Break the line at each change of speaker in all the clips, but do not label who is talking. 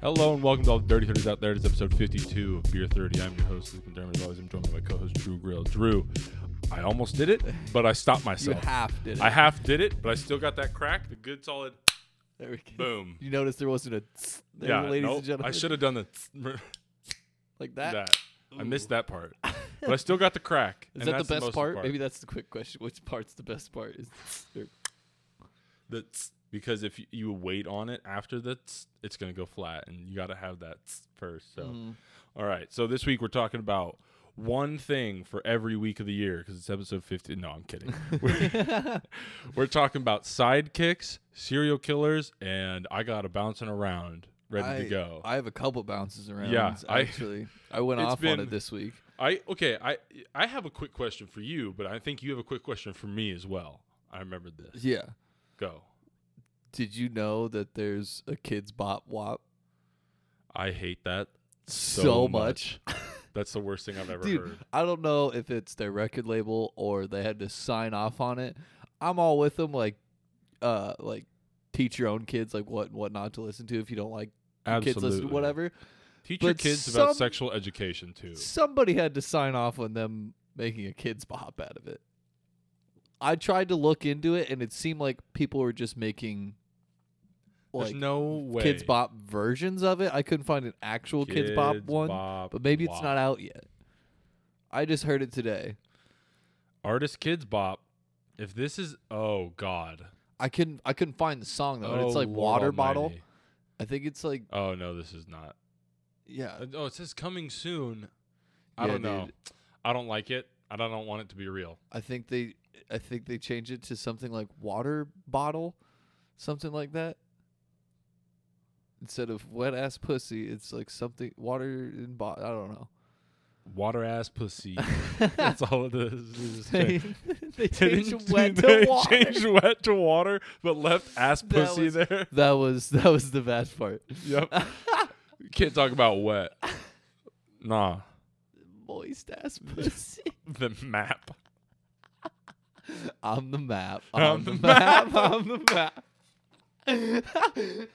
Hello and welcome to all the Dirty 30s out there. It's episode 52 of Beer 30. I'm your host, Luke McDermott. As always, I'm joined by my co-host, Drew Grill. Drew, I almost did it, but I stopped
You
myself.
half did it.
I half did it, but I still got that crack. The good solid
there we go.
boom.
You noticed there wasn't a tss there,
yeah,
ladies
nope,
and gentlemen.
I should have done the
like that.
that. I missed that part, but I still got the crack.
Is
and
that the
that's
best
most
part? Maybe that's the quick question. Which part's the best part? Is tss or-
the tss, because if you, you wait on it after the tss, it's going to go flat and you got to have that tss first so
Mm-hmm.
all right so this week we're talking about one thing for every week of the year because it's episode 50 no i'm kidding we're, we're talking about sidekicks serial killers and i got a bouncing around ready
I,
to go
I have a couple bounces around.
Yeah, I-
actually, I, went
It's
off on
been-
it this week.
I okay i i have a quick question for you but i think you have a quick question for me as well i remembered this
Yeah.
go
Did you know that there's a kids bop wop
i hate that
so,
much.
much?
that's the worst thing i've ever
Dude,
heard
I don't know if it's their record label or they had to sign off on it. I'm all with them, like, uh, like teach your own kids like what and what not to listen to if you don't like your kids listen to
Absolutely.
whatever.
Teach
But
your kids about
some-
sexual education too.
Somebody had to sign off on them making a kids bop out of it. I tried to look into it, and it seemed like people were just making
There's
like
no way.
kids bop versions of it. I couldn't find an actual kids, bop one,
Bop
but maybe it's
Wop.
not out yet. I just heard it today.
Artist Kids Bop. If this is oh god,
I couldn't I couldn't find the song though. and
oh,
it's like
Lord
water bottle.
Almighty.
I think it's like
Oh no, this is not.
yeah.
Uh, Oh, it says coming soon. I
Yeah,
don't know.
dude.
I don't like it. and I don't want it to be real.
I think they I think they changed it to something like water bottle, something like that. Instead of wet ass pussy, it's like something water in bo- I don't know.
Water ass pussy. That's all it is. is
they,
change.
they
Didn't-
changed wet
they
to water.
changed wet to water, but left ass
That
pussy
was-
there.
That was that was the best part.
Yep. Can't talk about wet. Nah.
Moist ass pussy.
The map.
I'm the map.
I'm
I'm,
the
the, map. I'm the map.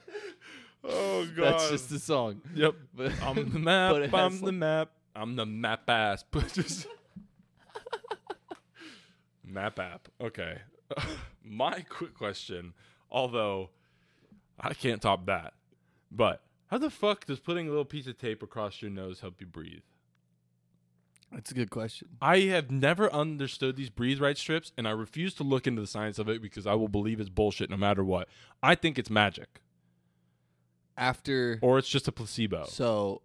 Oh god.
That's just the song.
Yep.
But
I'm the map.
but it
I'm
has,
the
like-
map. I'm the map ass. But just map app. Okay. My quick question, although I can't top that, but how the fuck does putting a little piece of tape across your nose help you breathe?
That's a good question.
I have never understood these breathe right strips, and I refuse to look into the science of it because I will believe it's bullshit no matter what. I think it's magic,
After
or it's just a placebo.
So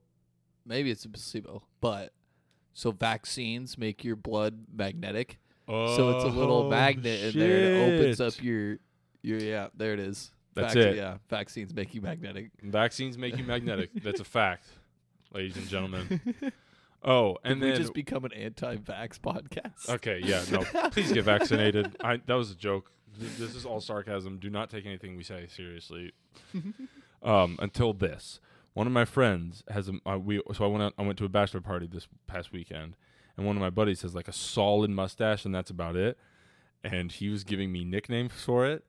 maybe it's a placebo, but so vaccines make your blood magnetic. so it's a little
Oh,
magnet in there and it opens
shit.
up your your yeah, there it is.
That's
Vac-
it.
Yeah, vaccines make you magnetic.
Vaccines make you magnetic. That's a fact, ladies and gentlemen. Oh, and
And we
then
just become an anti-vax podcast.
okay, yeah, no, please get vaccinated. I, that was a joke. Th- This is all sarcasm. Do not take anything we say seriously. um, until this, one of my friends has a uh, we. So I went out, I went to a bachelor party this past weekend, and one of my buddies has like a solid mustache, and that's about it. And he was giving me nicknames for it,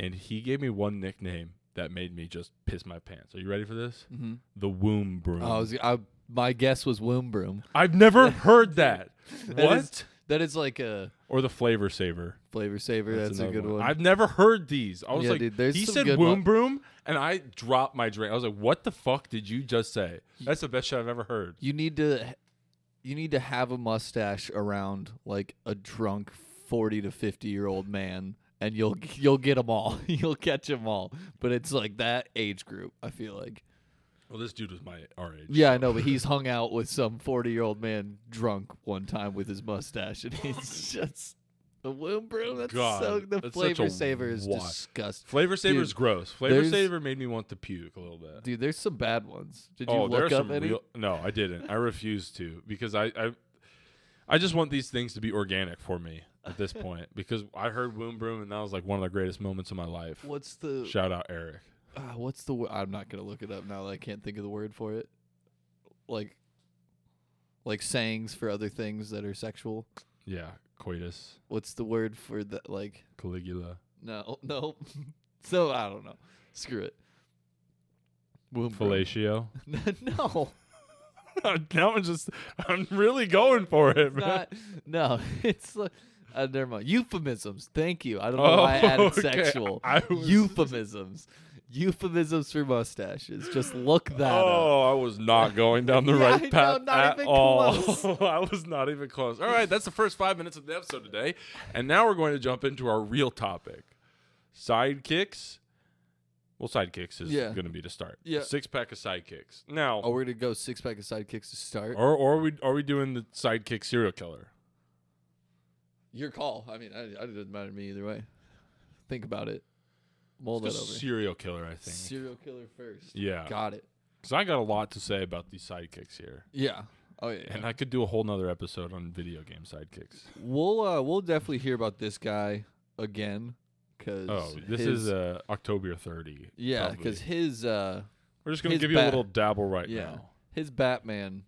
and he gave me one nickname that made me just piss my pants. Are you ready for this?
Mhm.
The womb broom.
Oh, I was I, my guess was womb broom.
I've never heard that.
That
What?
is- that is like a
or the flavor saver.
flavor saver. That's, a
another
good one.
I've never heard these. I was
Yeah,
like,
dude, there's
he
some
said
good
womb
one-
broom, and I dropped my drink. I was like, what the fuck did you just say? That's the best shit I've ever heard.
you need to you need to have a mustache around like a drunk 40 to 50 year old man and you'll you'll get them all you'll catch them all but it's like that age group i feel like
Well, this dude was my our age.
yeah i know but he's hung out with some 40 year old man drunk one time with his mustache and he's just the womb broom that's so
God,
the
that's such
flavor
a
saver is
wa-
disgusting
Flavor saver's
Dude,
gross. Flavor
there's-
saver made me want to puke a little bit.
dude there's some bad ones did you
oh, there are
look up
some
any
real. No, I didn't. I refuse to because I, I, I just want these things to be organic for me at this point because I heard womb broom and that was like one of the greatest moments of my life.
what's the
Shout out Eric.
uh, what's the word? I'm not gonna look it up now that I can't think of the word for it. Like, like sayings for other things that are sexual.
Yeah, coitus,
What's the word for that? Like,
Caligula.
no, no. so I don't know. Screw it. Womb groom.
Fellatio.
no,
now I'm just, I'm really going for it, man.
not, no. It's li- uh, never mind. Euphemisms. Thank you. I don't know why I added
Oh, okay.
sexual.
I was-
Euphemisms. Euphemisms for mustaches. Just look that up.
oh, I was not going down the
Yeah, I
right
know,
path
not
at
even
all.
close.
I was not even close. All right, that's the first five minutes of the episode today, and now we're going to jump into our real topic: sidekicks. Well, sidekicks is
Yeah.
going to be to start.
Yeah.
six pack of sidekicks. Now,
Oh, we're gonna go six pack of sidekicks to start.
or or are we are we doing the sidekick serial killer?
Your call. I mean, I, I- it doesn't matter to me either way. Think about it. Mull
Let's
that
go
over.
serial killer, I think.
Serial killer first.
yeah,
Got it.
because I got a lot to say about these sidekicks here,
Yeah. Oh yeah.
and I could do a whole nother episode on video game sidekicks.
we'll uh, we'll definitely hear about this guy again because
Oh, this is uh, October 30.
yeah
probably.
because his uh
We're just gonna
His
give you a
bat-
little dabble right
yeah
now.
his Batman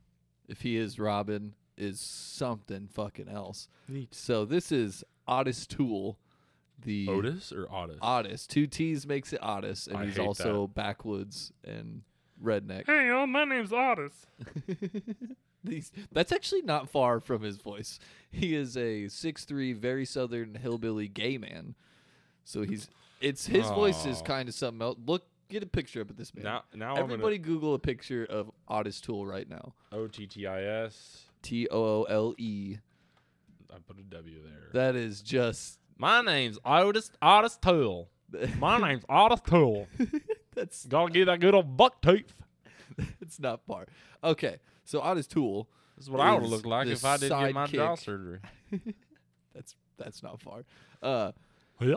if he is Robin is something fucking else. So this is Otis Tool, the
Otis or Otis?
Otis. Two T's makes it Otis, and
I
he's
hate
also backwoods and redneck.
Hey, yo, my name's Otis.
These, that's actually not far from his voice. He is a six-three, very southern hillbilly gay man. So he's it's his voice is
Aw.
kind of something else. Look, get a picture up of this man.
Now, now
Everybody, Google a picture of Otis Tool right now.
I'm gonna O T T I S.
T O O L E.
I put a W there.
That is just
my name's Otis Otis Tool. My name's Otis Tool.
that's
Gotta give that good old buck tooth.
it's not far. Okay, so Otis Tool.
This is what I would
Is
look like
the
if I didn't get my jaw
sidekick.
surgery.
That's that's not far. Uh,
Yeah.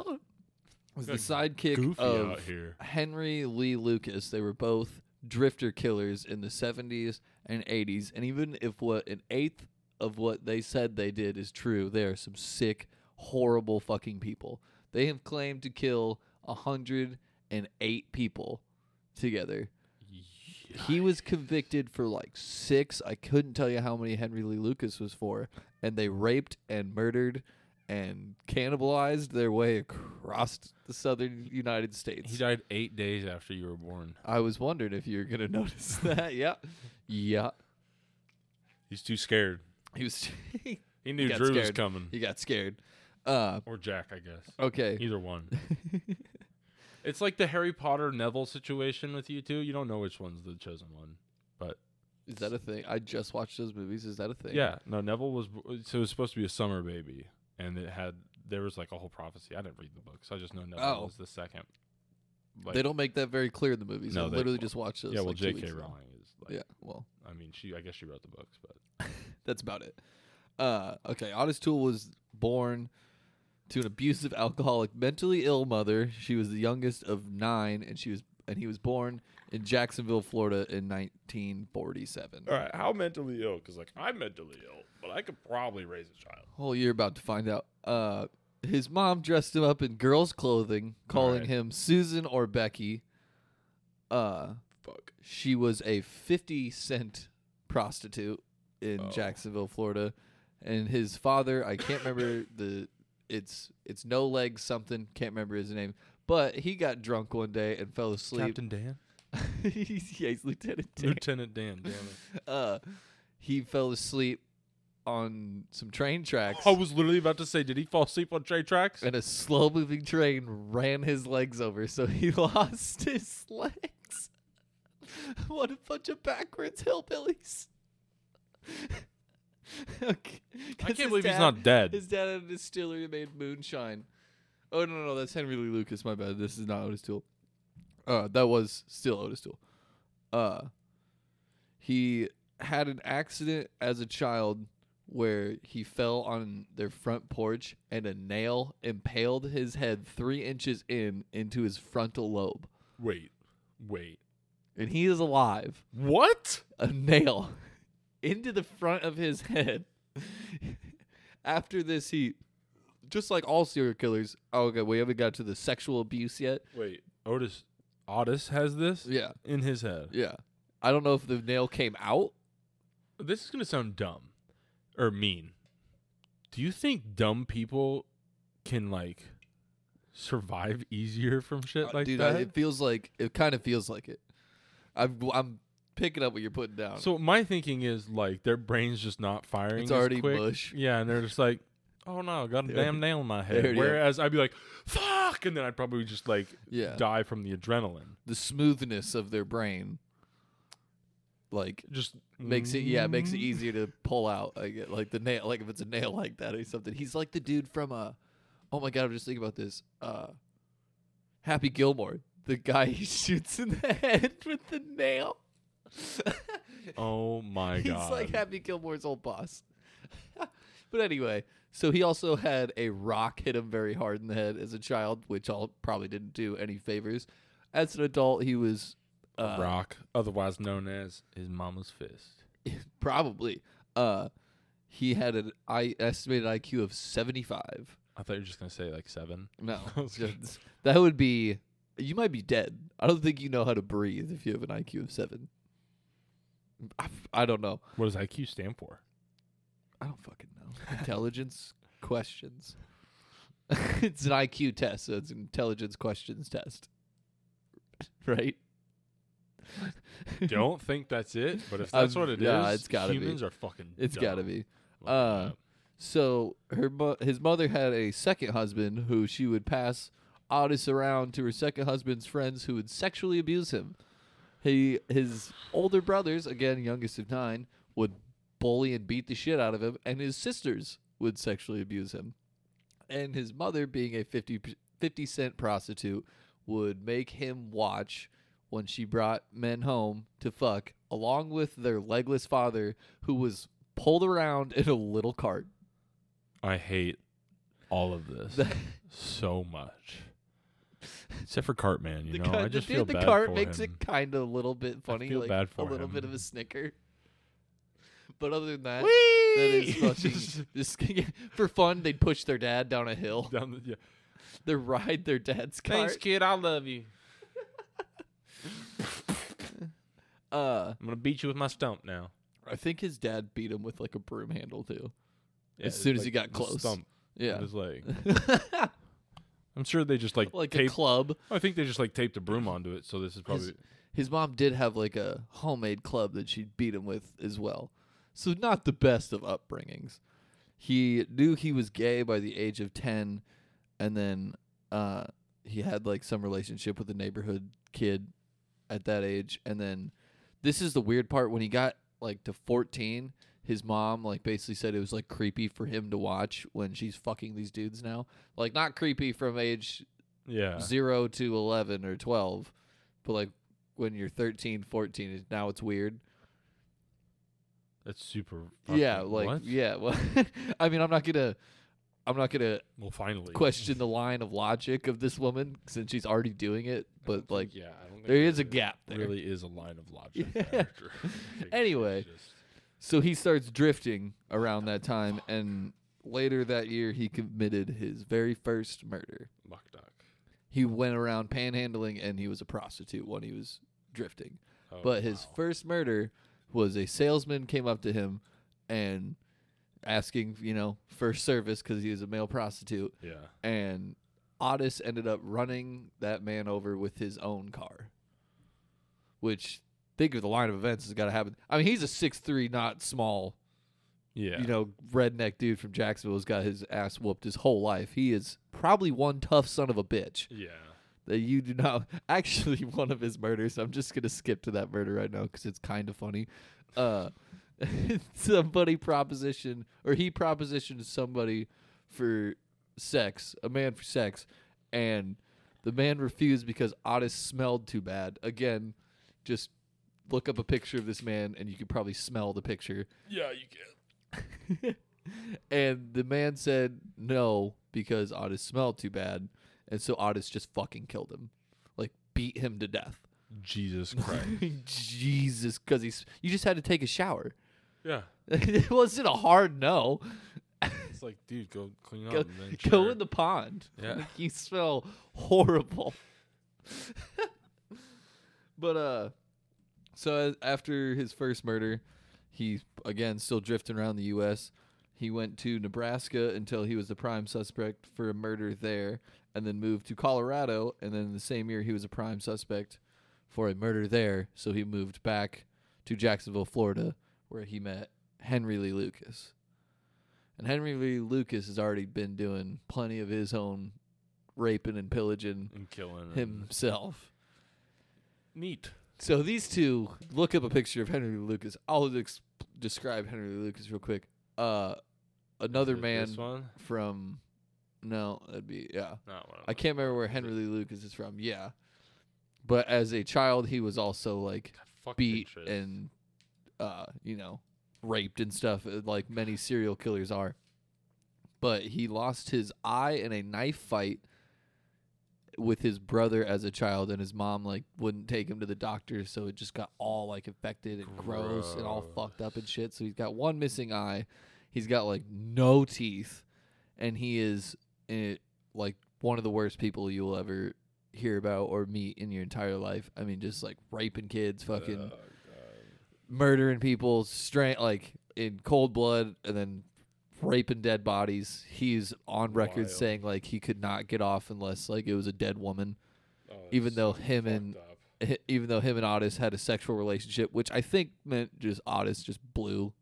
was the
Good
sidekick
Goofy
of
out here.
Henry Lee Lucas. They were both drifter killers in the 70s and 80s. And even if what an eighth of what they said they did is true, they are some sick, horrible fucking people. They have claimed to kill 108 people together. He was convicted for like six. I couldn't tell you how many Henry Lee Lucas was for. And they raped and murdered and cannibalized their way across the southern United States.
He died eight days after you were born.
I was wondering if you were gonna notice that. yeah, yeah.
He's too scared.
He was. he
He knew
got
Drew was
scared.
coming.
He got scared. Uh,
or Jack, I guess.
okay.
Either one. it's like the Harry Potter Neville situation with you two. You don't know which one's the chosen one, but
Is that a thing? I just watched those movies. Is that a thing?
yeah, no, Neville was so it was supposed to be a summer baby, and it had there was like a whole prophecy. I didn't read the books. I just know Neville
Oh.
was the second. Like,
they don't make that very clear in the movies.
No,
I
they-
literally just watched those.
Yeah, well,
like, two
J.K.
weeks ago.
Rowling is. Like,
Yeah, well,
I mean, she. I guess she wrote the books, but
that's about it. Uh, okay. Otis Tool was born to an abusive, alcoholic, mentally ill mother. She was the youngest of nine, and she was and he was born in Jacksonville, Florida, in 1947.
all right. How mentally ill? Because like I'm mentally ill, but I could probably raise a child.
Oh, you're about to find out. Uh, his mom dressed him up in girls' clothing, calling
Alright.
him Susan or Becky. Uh,
Fuck.
she was a 50 cent prostitute in
Oh.
Jacksonville, Florida, and his father, I can't remember the it's it's no legs something, can't remember his name, but he got drunk one day and fell asleep.
Dan,
he's, yeah, he's Lieutenant Dan
Lieutenant Dan. Damn it.
uh, he fell asleep on some train tracks,
I was literally about to say, did he fall asleep on train tracks?
and a slow moving train ran his legs over, so he lost his legs. what a bunch of backwards hillbillies! okay. 'cause
I
his
can't believe he's
dad-
not dead.
His dad had a distillery that made moonshine. Oh no, no, no, that's Henry Lee Lucas. My bad. This is not Otis Tool. Uh, that was still Otis Tool. Uh, he had an accident as a child where he fell on their front porch and a nail impaled his head three inches in into his frontal lobe,
Wait, wait.
and he is alive.
What?
a nail into the front of his head. After this, he just like all serial killers. Oh, okay, we haven't got to the sexual abuse yet.
Wait, Otis. Otis has this
Yeah,
in his head.
yeah. I don't know if the nail came out.
This is gonna sound dumb or mean. Do you think dumb people can like survive easier from shit like
Uh, Dude, I-
that?
it feels like it. Kind of feels like it. I'm I'm picking up what you're putting down.
So my thinking is like their brain's just not firing.
it's
as
already
quick.
mush.
Yeah, and they're just like, oh no, got a
They already-
damn nail in my
they
head.
already have-
Whereas I'd be like, fuck, and then I'd probably just like
Yeah.
die from the adrenaline.
The smoothness of their brain like
Just
makes it yeah, makes it
Mm.
easier to pull out. Like it- like the nail like if it's a nail like that or something. He's like the dude from uh oh my god, I'm just thinking about this. Uh Happy Gilmore. The guy he shoots in the head with the nail.
Oh my
He's
god.
like Happy Gilmore's old boss. but anyway, so he also had a rock hit him very hard in the head as a child, which all probably didn't do any favors. As an adult, he was uh,
Rock, otherwise known as his mama's fist.
probably uh, he had an I estimated IQ of seventy five.
I thought you were just gonna say like seven.
No,
I was gonna-
just- that would be you might be dead. I don't think you know how to breathe if you have an IQ of seven. I, I don't know.
What does IQ stand for?
I don't fucking know. Intelligence questions. it's an IQ test, so it's an intelligence questions test. Right?
Don't think that's it, but if
Um,
that's what it is,
yeah, it's gotta be.
humans are fucking.
It's
dumb.
got to be.
Look it
Uh,
up.
So her mo- his mother had a second husband who she would pass Otis around to her second husband's friends who would sexually abuse him. He his older brothers, again youngest of nine, would bully and beat the shit out of him, and his sisters would sexually abuse him. And his mother, being a 50, p- 50 cent prostitute, would make him watch when she brought men home to fuck, along with their legless father, who was pulled around in a little cart.
I hate all of this so much. Except for Cartman, you
the
know,
cart,
I just
the,
feel
dude, the
bad
cart
for
makes
him.
it kind of a little bit funny,
feel
like
bad
a
for
little bit of
him.
a snicker. But other than that, that
Whee!
is fucking. this- for fun, they'd push their dad down a hill.
Down the- yeah.
They ride their dad's cart.
kid. I love you.
Uh,
I'm gonna beat you with my stump now.
I think his dad beat him with like a broom handle too.
Yeah,
As soon as
like
he got
the
close.
stump in
Yeah,
his leg. I'm sure they just like,
like a
taped.
club.
I think they just like taped a broom onto it. So this is probably
His mom did have like a homemade club that she'd beat him with as well. So not the best of upbringings. He knew he was gay by the age of 10 and then uh he had like some relationship with a neighborhood kid at that age and then this is the weird part when he got like to 14 his mom like basically said it was like creepy for him to watch when she's fucking these dudes now like not creepy from age
yeah.
zero to 11 or 12 but like when you're 13 14 it- now it's weird
That's super.
yeah
fucking-
like
what?
yeah well i mean i'm not gonna i'm not gonna
Well, finally.
question the line of logic of this woman since she's already doing it but like
yeah, I don't think
there is a gap there
Really is a line of logic.
Yeah.
there. I think it's
Anyway.
just-
so he starts drifting around that time and later that year he committed his very first murder
Lock dock.
he went around panhandling and he was a prostitute when he was drifting
Oh,
But his
wow.
first murder was a salesman came up to him and asking, you know, for service because he was a male prostitute.
yeah.
And Otis ended up running that man over with his own car. Which, think of the line of events has got to happen. I mean, he's a six three, not small,
Yeah.
you know, redneck dude from Jacksonville who's got his ass whooped his whole life. He is probably one tough son of a bitch
yeah.
that you do not actually one of his murders. I'm just gonna skip to that murder right now because it's kind of funny. Uh, somebody proposition or he propositioned somebody for sex, a man for sex, and the man refused because Otis smelled too bad. Again, just look up a picture of this man and you could probably smell the picture.
Yeah, you can.
And the man said no because Otis smelled too bad, and so Otis just fucking killed him, like beat him to death.
Jesus Christ.
Jesus, because he's you just had to take a shower.
yeah.
it wasn't a hard no.
It's like, dude, go clean
Go-
up. and then
Go
sure.
in the pond.
Yeah.
Like, you smell horrible. but uh, so a- after his first murder, he again still drifting around the U.S. He went to Nebraska until he was the prime suspect for a murder there, and then moved to Colorado, and then the same year he was a prime suspect for a murder there, so he moved back to Jacksonville, Florida, where he met Henry Lee Lucas. And Henry Lee Lucas has already been doing plenty of his own raping and pillaging
and killing and-
himself.
Neat.
So these two look up a picture of Henry Lee Lucas. I'll ex- describe Henry Lee Lucas real quick. Uh, another
Is it
man
This one?
from no, that'd be yeah.
Not one. of
I
them.
can't remember where Henry Lee Lucas is from. Yeah, but as a child, he was also like
God, fuck
beat
Pinterest.
and uh, you know raped and stuff, uh, like many serial killers are. But he lost his eye in a knife fight with his brother as a child, and his mom like wouldn't take him to the doctor, so it just got all like infected and gross and all fucked up and shit. So he's got one missing eye. He's got like no teeth, and he is eh, like one of the worst people you'll ever hear about or meet in your entire life. I mean, just like raping kids, fucking
Oh, God.
murdering people, stra- like in cold blood, and then raping dead bodies. He's on record
Wild.
saying like he could not get off unless like it was a dead woman,
Oh, that's
even though
so
him
fucked
and
up.
even though him and Otis had a sexual relationship, which I think meant just Otis just blew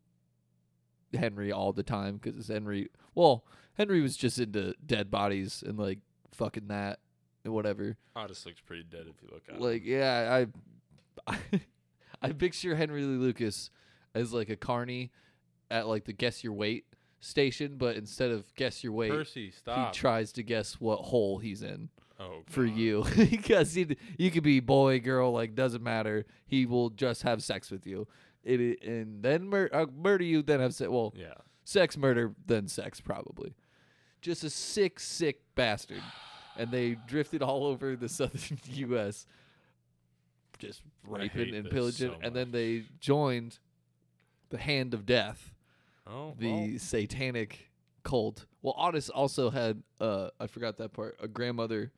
Henry all the time because Henry, well, Henry was just into dead bodies and like fucking that and whatever.
Otis looks pretty dead if you look at
Like,
him.
yeah, I, I, picture Henry Lee Lucas as like a carny at like the guess your weight station, but instead of guess your weight,
Percy,
he
stop.
tries to guess what hole he's in
oh,
for
God.
you because he you could be boy, girl, like doesn't matter. He will just have sex with you. It, i- and then mur- uh, murder you, then have sex. Well,
Yeah.
sex, murder, then sex, probably. Just a sick, sick bastard. And they drifted all over the southern U.S., just
I
raping
hate
and
this
pillaging.
so
and then
much.
they joined the Hand of Death,
Oh,
the
well,
satanic cult. Well, Otis also had, uh, I forgot that part, a grandmother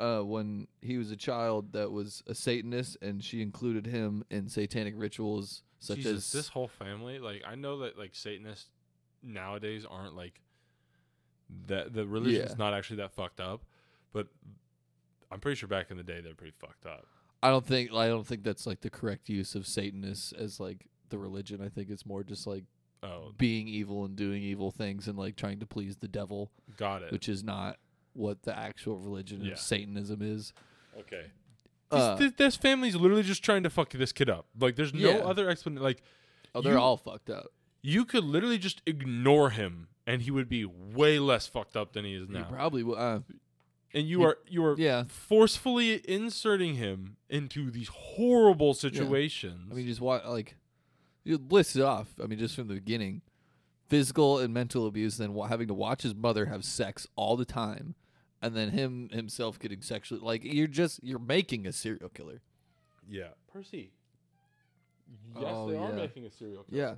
uh, when he was a child that was a Satanist, and she included him in satanic rituals such
Jesus,
as
this whole family. Like I know that like Satanists nowadays aren't like that. The religion's
Yeah.
not actually that fucked up, but I'm pretty sure back in the day they're pretty fucked up.
I don't think I don't think that's like the correct use of Satanists as like the religion. I think it's more just like
Oh,
being evil and doing evil things and like trying to please the devil,
got it.
which is not what the actual religion
Yeah.
of Satanism is.
okay.
Uh,
this, this, this family's literally just trying to fuck this kid up. Like there's no
Yeah.
other explanation. Like
oh, they're
you-
all fucked up.
you could literally just ignore him. And he would be way less fucked up than he is
You
now.
probably will. Uh,
and you
You-
are you are
yeah.
forcefully inserting him into these horrible situations.
I mean, just wa like you list it off. I mean, just from the beginning, physical and mental abuse, then wa- having to watch his mother have sex all the time, and then him himself getting sexually like you're just you're making a serial killer.
Yeah. Percy. Yes,
Oh,
they are
yeah.
making a serial killer.
Yeah.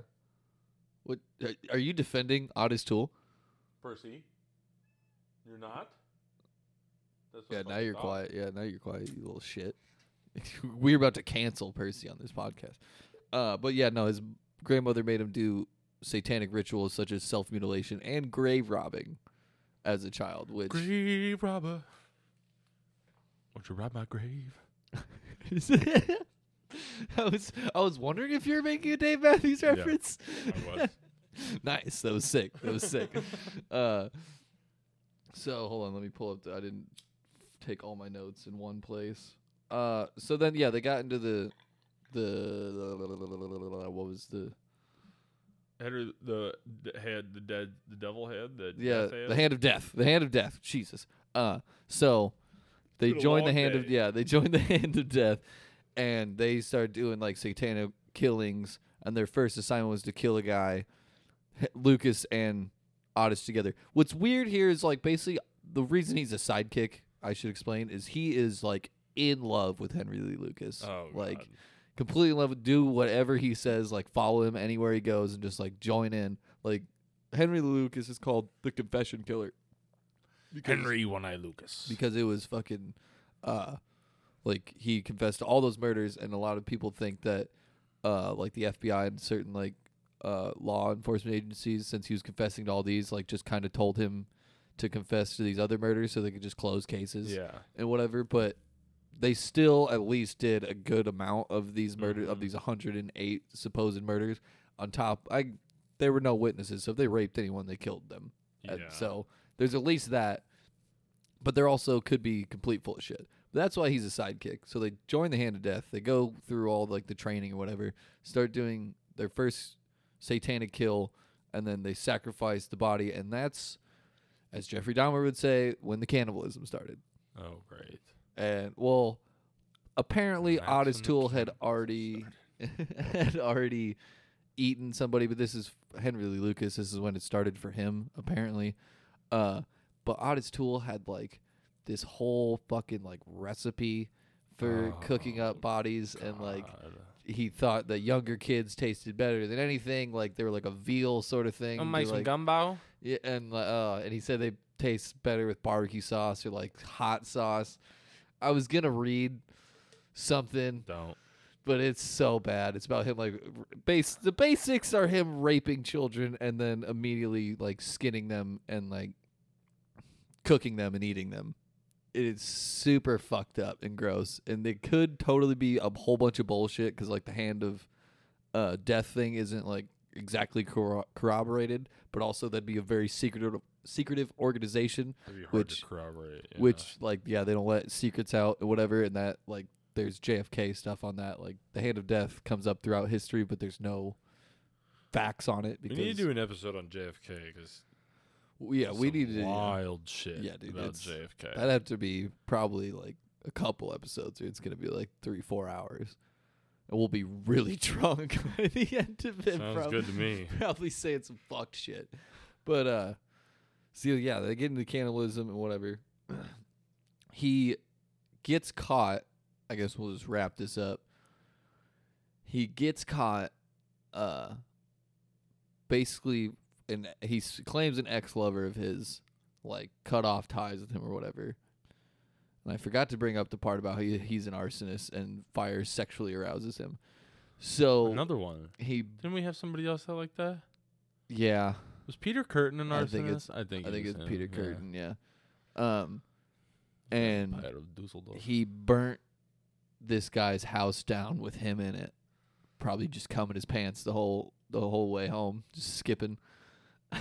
What are- are you defending Otis Tool?
Percy. You're not? That's what
Yeah,
I
now you're
thought.
quiet. Yeah, now you're quiet, you little shit. We're about to cancel Percy on this podcast. Uh, but yeah, no, his grandmother made him do satanic rituals such as self mutilation and grave robbing as a child, which
Grave robber. Won't you rob my grave?
I was I was wondering if you're making a Dave Matthews
Yeah.
reference.
I was.
nice. That was sick. That was sick. Uh, so hold on, let me pull up. The, I didn't take all my notes in one place. Uh, so then yeah, they got into the the what was the
Henry the d- head, the dead, the devil head, the
yeah
death head.
the hand of death, the hand of death. Jesus. Uh, so they
Been a
joined the
long
hand of
day.
yeah they joined the hand of death, and they started doing like satanic killings. And their first assignment was to kill a guy, Lucas and Otis together. What's weird here is like basically the reason he's a sidekick. I should explain is he is like in love with Henry Lee Lucas.
Oh,
like
God.
completely in love. with Do whatever he says. Like follow him anywhere he goes and just like join in. Like Henry Lee Lucas is called the confession killer. because-
Henry One Eye Lucas.
because it was fucking uh like he confessed to all those murders and a lot of people think that uh like the FBI and certain like uh law enforcement agencies since he was confessing to all these like just kind of told him to confess to these other murders so they could just close cases
yeah.
and whatever but they still at least did a good amount of these murder of these 108 supposed murders. On top, I there were no witnesses, so if they raped anyone, they killed them. Uh,
Yeah.
So there's at least that, but there also could be complete full of shit. That's why he's a sidekick. So they join the Hand of Death. They go through all like the training or whatever. Start doing their first satanic kill, and then they sacrifice the body. And that's, as Jeffrey Dahmer would say, when the cannibalism started.
Oh, great.
And well, apparently
That's
Otis
when the
Tool had
cannibalism
already had already eaten somebody, but this is Henry Lee Lucas. This is when it started for him, apparently. Uh, but Otis Tool had like this whole fucking like recipe for cooking
Oh,
up bodies, and like
God.
he thought that younger kids tasted better than anything. Like they were like a veal sort of thing.
I'll
to,
make some
like-
gumbo.
yeah, and like, uh, and he said they taste better with barbecue sauce or like hot sauce. I was gonna read something,
Don't.
but it's so bad. It's about him like r- base. The basics are him raping children and then immediately like skinning them and like cooking them and eating them. It's super fucked up and gross, and it could totally be a whole bunch of bullshit because like the hand of uh, death thing isn't like exactly corro- corroborated, but also that'd be a very secretive secretive organization,
It'd be hard
Which-
to corroborate. yeah.
which like yeah they don't let secrets out or whatever, and that like there's JFK stuff on that. Like the hand of death comes up throughout history, but there's no facts on it
we
because
need to do an episode on JFK because
yeah we need to yeah,
wild shit.
Yeah, dude,
about
that's-
JFK.
that'd have to be probably like a couple episodes. It's gonna be like three four hours. And we'll be really drunk by the end of it.
Sounds
probably.
good to me.
probably saying some fucked shit. But uh so yeah, they get into cannibalism and whatever. he gets caught. I guess we'll just wrap this up. He gets caught uh basically and he s- claims an ex-lover of his like cut off ties with him or whatever. And I forgot to bring up the part about how he, he's an arsonist and fire sexually arouses him. So
Another one.
he
Didn't we have somebody else that like that?
yeah,
Was Peter Curtin an
I
arsonist?
think it's-
I think
I think
it was
it's
him,
Peter
yeah.
Curtin, yeah. Um and
Vampire of Dusseldorf.
he burnt this guy's house down with him in it. Probably just cum in his pants the whole the whole way home, just skipping.
Oh,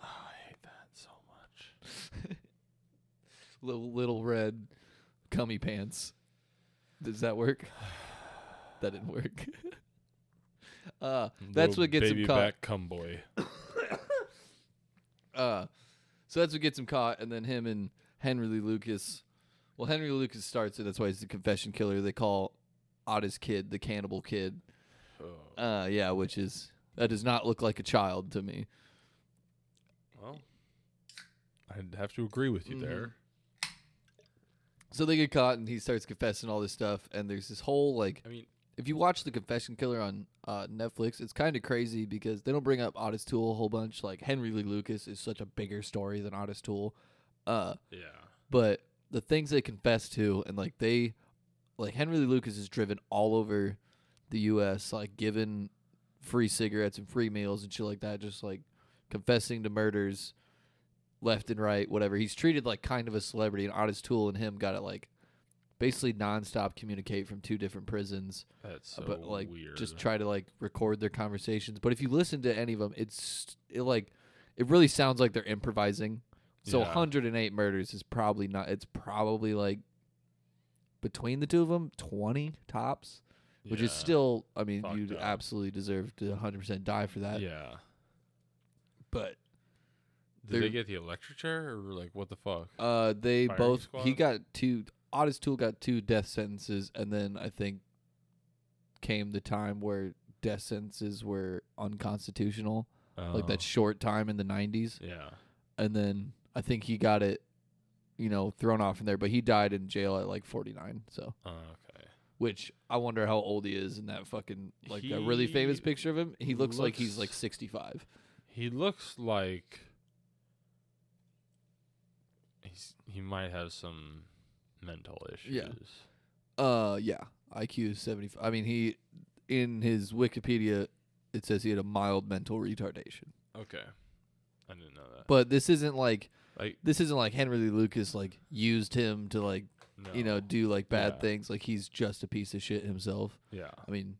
I hate that so much.
little little red cummy pants. Does that work? That didn't work. uh that's
Little
what gets
baby
him caught.
back cum boy.
Uh, so that's what gets him caught, and then him and Henry Lee Lucas. Well, Henry Lucas starts it. That's why he's the confession killer. They call Otis Kid the Cannibal Kid.
Oh.
Uh, yeah, which is that does not look like a child to me.
Well, I'd have to agree with you
Mm-hmm.
there.
So they get caught, and he starts confessing all this stuff. And there's this whole like,
I mean,
if you watch the Confession Killer on uh, Netflix, it's kind of crazy because they don't bring up Otis Tool a whole bunch. Like Henry Lee Lucas is such a bigger story than Otis Tool. Uh,
yeah.
but the things they confess to and like they like henry Lee lucas is driven all over the us like given free cigarettes and free meals and shit like that just like confessing to murders left and right whatever he's treated like kind of a celebrity and otis tool and him got to like basically nonstop communicate from two different prisons
That's so
but like
weird.
just try to like record their conversations but if you listen to any of them it's it like it really sounds like they're improvising so
Yeah.
108 murders is probably not it's probably like between the two of them 20 tops which is
Yeah.
still i mean
Fucked
you
up.
absolutely deserve to 100% die for that
Yeah. Did
but they're-
they get the electric chair or like what the fuck?
uh they
Firing
both he
squad?
got two Otis Tool got two death sentences and then I think came the time where death sentences were unconstitutional like that
Oh,
short time in the 90s
yeah.
and then i think he got it you know thrown off in there but he died in jail at like 49 so
Oh, okay.
which i wonder how old he is in that fucking like a really famous
He
picture of him he looks, like he's
looks-
like 65
He looks like he's he might have some mental issues.
Yeah. uh yeah iq is 75 i mean he in his wikipedia it says he had a mild mental retardation
Okay. I didn't know that.
but this isn't like
like
this isn't like henry lee lucas like used him to like you know, do like bad
Yeah.
things. Like he's just a piece of shit himself.
Yeah.
I mean,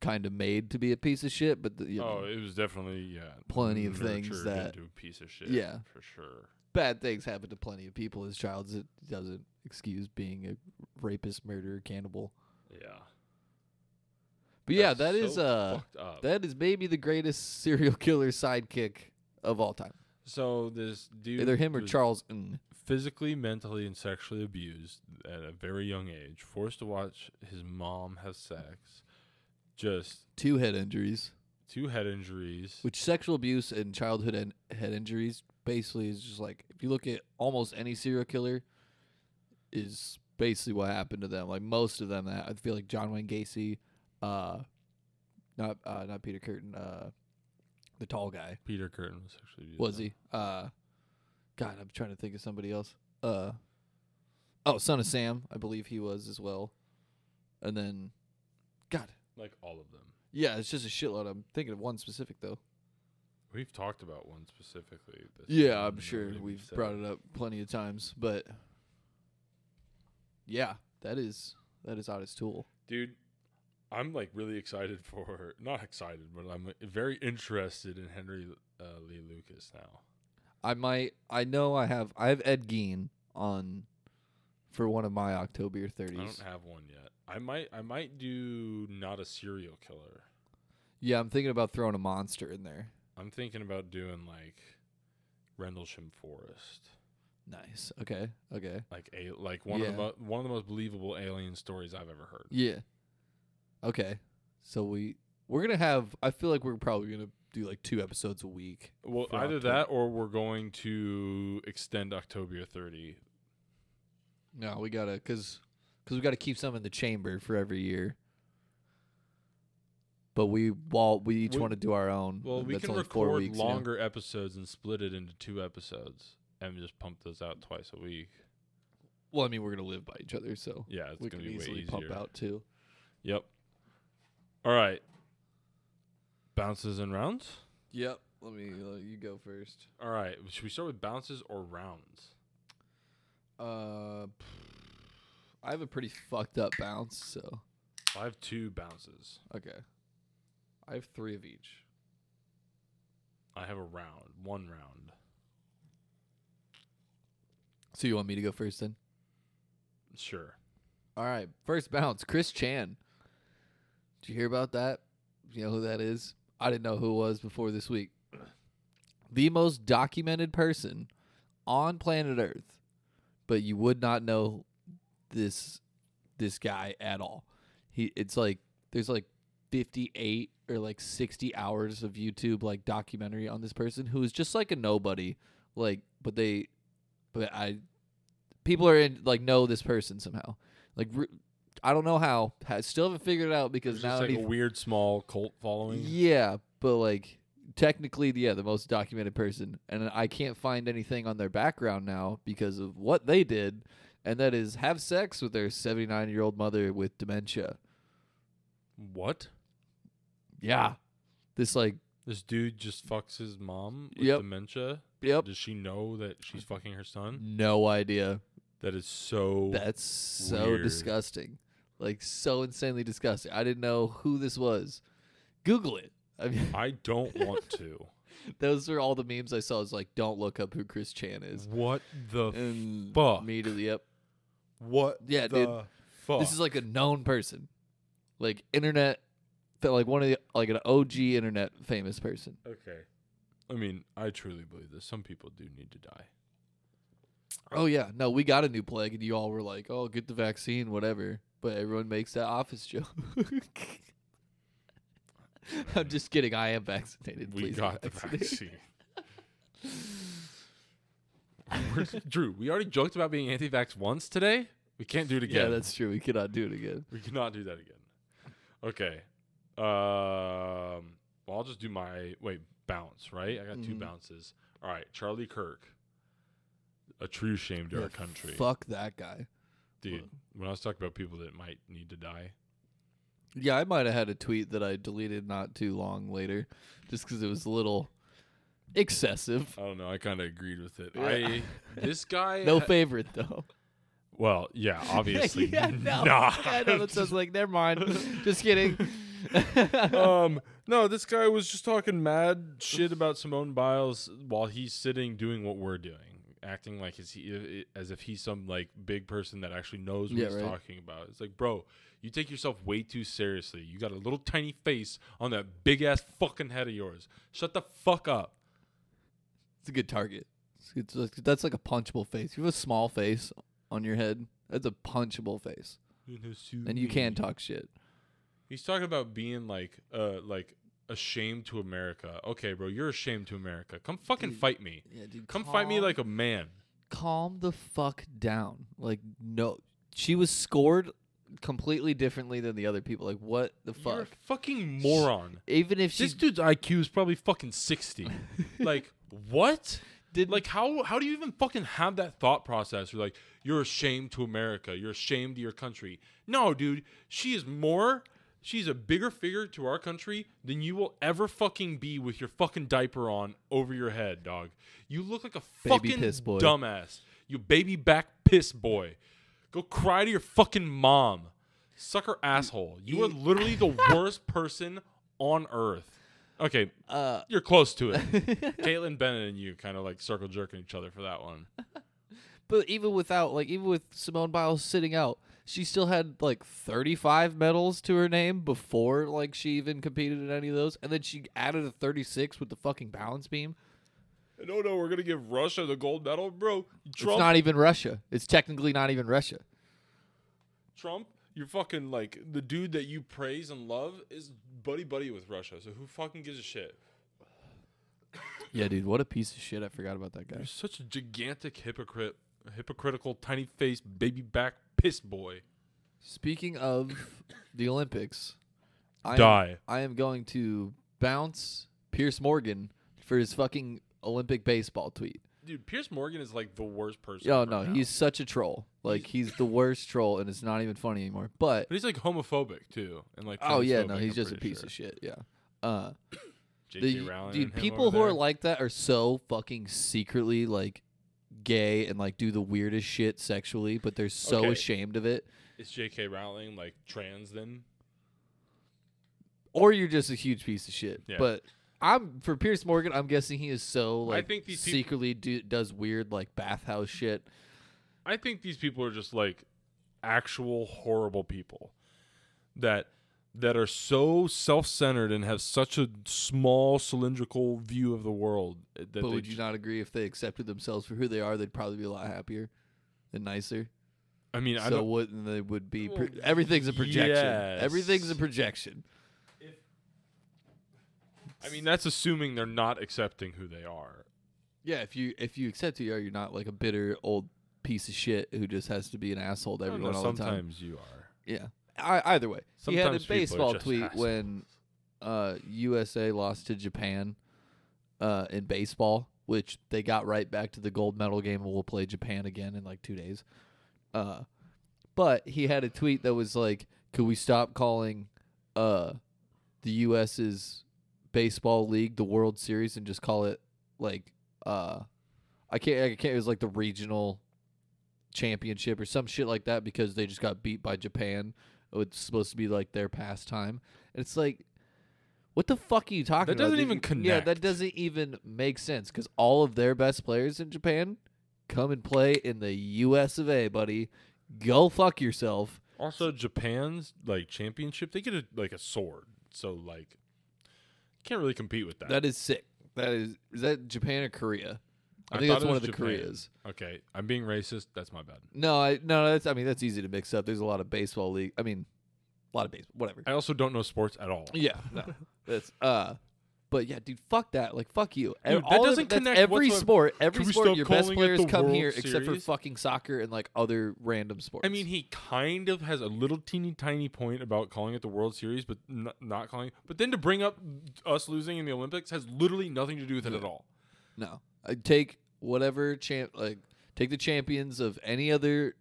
kind of made to be a piece of shit, but the, you
Oh,
know,
it was definitely yeah.
plenty of things
nurtured
that-
into a piece of shit.
Yeah.
for sure.
bad things happen to plenty of people as childs. It doesn't excuse being a rapist, murderer, cannibal.
Yeah.
But yeah,
That's
that is
so
uh
fucked up.
that is maybe the greatest serial killer sidekick of all time.
so this dude,
Either him or
was
Charles. Ng.
physically, mentally, and sexually abused at a very young age, forced to watch his mom have sex, just
Two head injuries,
two head injuries.
which sexual abuse and childhood and head injuries basically is just like if you look at almost any serial killer, is basically what happened to them. Like most of them, that I feel like John Wayne Gacy, uh, not uh, not Peter Curtin, uh, the tall guy.
Peter Curtin was sexually abused.
was
huh?
he? Uh, God, I'm trying to think of somebody else. Uh, oh, Son of Sam, I believe he was as well. And then, God,
Like all of them.
yeah, it's just a shitload. I'm thinking of one specific though.
We've talked about one specifically. This
Yeah, I'm
one
sure
already
we've
said.
brought it up plenty of times, but yeah, that is that is Otis Tool.
dude i'm like really excited for not excited but i'm like, very interested in henry uh, lee lucas now
I might, I know, I have, I have Ed Gein on for one of my October
i
30s.
don't have one yet i might i might do not a serial killer
Yeah, I'm thinking about throwing a monster in there.
i'm thinking about doing like rendlesham forest
Nice. Okay. Okay.
like a like one of
Yeah.
the mo- one of the most believable alien stories i've ever heard
Yeah. Okay. So we we're gonna have. I feel like we're probably gonna do like two episodes a week.
well
For
either
October.
that or we're going to extend october 30
No, we gotta cause cause we gotta keep some in the chamber for every year. But we while we each
We-
want to do our own.
well
and
we
that's
can
only four
record
weeks, you know?
longer episodes and split it into two episodes and just pump those out twice a week
Well, I mean, we're gonna live by each other, so
Yeah, it's
we can
gonna be way
easily
easier.
pump out too.
Yep. All right. Bounces and rounds.
Yep. Let me. Let you go first.
All right. Should we start with bounces or rounds?
Uh, I have a pretty fucked up bounce, so
I have two bounces.
okay. I have three of each.
I have a round. One round.
So you want me to go first then?
Sure.
All right, first bounce, Chris Chan. Did you hear about that? You know who that is? I didn't know who it was before this week. The most documented person on planet Earth, but you would not know this this guy at all. He it's like there's like 58 or like 60 hours of YouTube like documentary on this person who is just like a nobody. Like but they but I people are in like know this person somehow. Like re- I don't know how. I still haven't figured it out because
It's
now
just
I
like
need
a weird small cult following.
yeah, but like technically, yeah, the most documented person, and I can't find anything on their background now because of what they did, and that is have sex with their seventy-nine-year-old mother with dementia.
What?
Yeah, this like
This dude just fucks his mom with
Yep.
dementia.
yep,
Does she know that she's fucking her son?
no idea.
That is so.
That's so
Weird.
disgusting, like so insanely disgusting. I didn't know who this was. Google it. I mean,
I don't want to.
those were all the memes I saw. Is like, don't look up who Chris Chan is.
what the? f-
And
Fuck.
immediately, yep.
what?
Yeah,
the
dude.
Fuck.
This is like a known person, like internet, that like one of the like an OG internet famous person.
okay. I mean, I truly believe this. Some people do need to die.
Oh yeah, no, we got a new plague, and you all were like, "Oh, get the vaccine, whatever." But everyone makes that office joke. I'm just kidding. I am vaccinated.
We
Please
got the
I'm vaccinated.
vaccine. We're- Drew, we already joked about being anti-vax once today. We can't do it again.
Yeah, that's true. We cannot do it again.
we cannot do that again. Okay. Um. Well, I'll just do my wait bounce. Right, I got two
Mhm.
bounces. All right, Charlie Kirk, a true shame to
Yeah,
our country,
Fuck that guy.
dude. When I was talking about people that might need to die,
Yeah, I might have had a tweet that I deleted not too long later, just because it was a little excessive.
I don't know. I kind of agreed with it.
Yeah.
I this guy
No
ha-
favorite though.
Well, yeah, obviously
yeah, no.
not.
I know that sounds like never mind. Just kidding.
um, no, this guy was just talking mad shit about Simone Biles while he's sitting doing what we're doing, acting like as, he, as if he's some like big person that actually knows what
Yeah,
he's
right.
talking about. It's like, bro, you take yourself way too seriously. You got a little tiny face on that big ass fucking head of yours. Shut the fuck up.
It's a good target. It's like, that's like a punchable face. If you have a small face on your head, that's a punchable face, and you can talk shit.
He's talking about being like, uh, like ashamed to America. Okay, bro, you're ashamed to America. Come fucking
Dude.
fight me.
Yeah, dude.
Come fight me like a man.
calm the fuck down. Like no, she was scored completely differently than the other people. Like what the fuck?
You're a fucking moron.
Even if she
This dude's IQ is probably fucking sixty. like what?
did
Like how how do you even fucking have that thought process? You're like you're ashamed to America. You're ashamed to your country. No, dude, she is more. She's a bigger figure to our country than you will ever fucking be with your fucking diaper on over your head, dog. You look like a
Baby
fucking
piss boy.
dumbass. You baby back piss boy. Go cry to your fucking mom. Suck her asshole. You are literally the worst person on earth. Okay,
uh,
you're close to it. Caitlin Bennett and you kind of like circle jerking each other for that one.
but even without like even with Simone Biles sitting out, she still had like 35 medals to her name before like she even competed in any of those, and then she added a 36 with the fucking balance beam.
No, no, we're gonna give Russia the gold medal, bro. Trump,
It's not even Russia. It's technically not even Russia.
Trump, you're fucking like the dude that you praise and love is buddy buddy with Russia. So who fucking gives a shit?
Yeah, dude, what a piece of shit! I forgot about that guy.
You're such a gigantic hypocrite, hypocritical, tiny faced, baby back piss boy.
Speaking of the Olympics, I am-
Die.
I am going to bounce Pierce Morgan for his fucking Olympic baseball tweet.
Dude, Pierce Morgan is like the worst person.
Oh
right
no,
now.
he's such a troll. Like he's the worst troll, and it's not even funny anymore. But
but he's like homophobic too, and like
oh yeah, no,
transphobic,
he's
I'm
just a
pretty
piece
sure.
of shit. Yeah. Uh,
J.K.
the-
Rowling
dude,
and him
people
over
who are
there.
like that are so fucking secretly like gay and like do the weirdest shit sexually, but they're so
Okay.
ashamed of it.
is J.K. Rowling like trans then?
Or you're just a huge piece of shit.
Yeah.
But I'm for Pierce Morgan. I'm guessing he is so
I
like
think these peop-
secretly do, does weird like bathhouse shit.
I think these people are just like actual horrible people that that are so self-centered and have such a small cylindrical view of the world uh, that
But
they
would you
ju-
not agree if they accepted themselves for who they are, they'd probably be a lot happier and nicer?
I mean, I
so
don't
wouldn't they would be? Pro-
Well,
everything's a projection.
yes.
Everything's a projection.
I mean that's assuming they're not accepting who they are.
Yeah, if you if you accept who you are, you're not like a bitter old piece of shit who just has to be an asshole to
I don't
everyone
know,
all the time.
sometimes you are.
Yeah. I, either way, he had a
Sometimes people are
baseball
just
tweet
assholes.
when uh, USA lost to Japan uh, in baseball, which they got right back to the gold medal game, and we'll play Japan again in like two days. Uh, but he had a tweet that was like, "Could we stop calling uh, the U.S.'s baseball league the World Series and just call it like uh, I can't, I can't. It was like the regional." championship or some shit like that because they just got beat by Japan. It's supposed to be like their pastime. And it's like, what the fuck are you talking
That
about? e,
doesn't even
Yeah,
connect.
that doesn't even make sense because all of their best players in Japan come and play in the U.S. of A. Buddy, go fuck yourself.
Also Japan's like championship, they get a, like a sword. So like can't really compete with that.
That is sick. That is is that Japan or Korea? I,
I
think
thought
that's
it
one of
was
the
Japan.
Koreas.
okay, I'm being racist. That's my bad.
No, I no, that's I mean that's easy to mix up. There's a lot of baseball league. I mean, a lot of baseball. Whatever.
I also don't know sports at all.
Yeah, no, that's uh. But yeah, dude, fuck that. Like, fuck you. And
Dude, that
all of-
doesn't
that's
connect
Every
whatsoever.
sport, every
we
sport,
stop
your best
calling it
players
the
come
World
here, except for
Series?
fucking soccer and like other random sports.
I mean, he kind of has a little teeny tiny point about calling it the World Series, but n- not calling. But then to bring up us losing in the Olympics has literally nothing to do with it at all.
no, I take whatever champ, like take the champions of any other,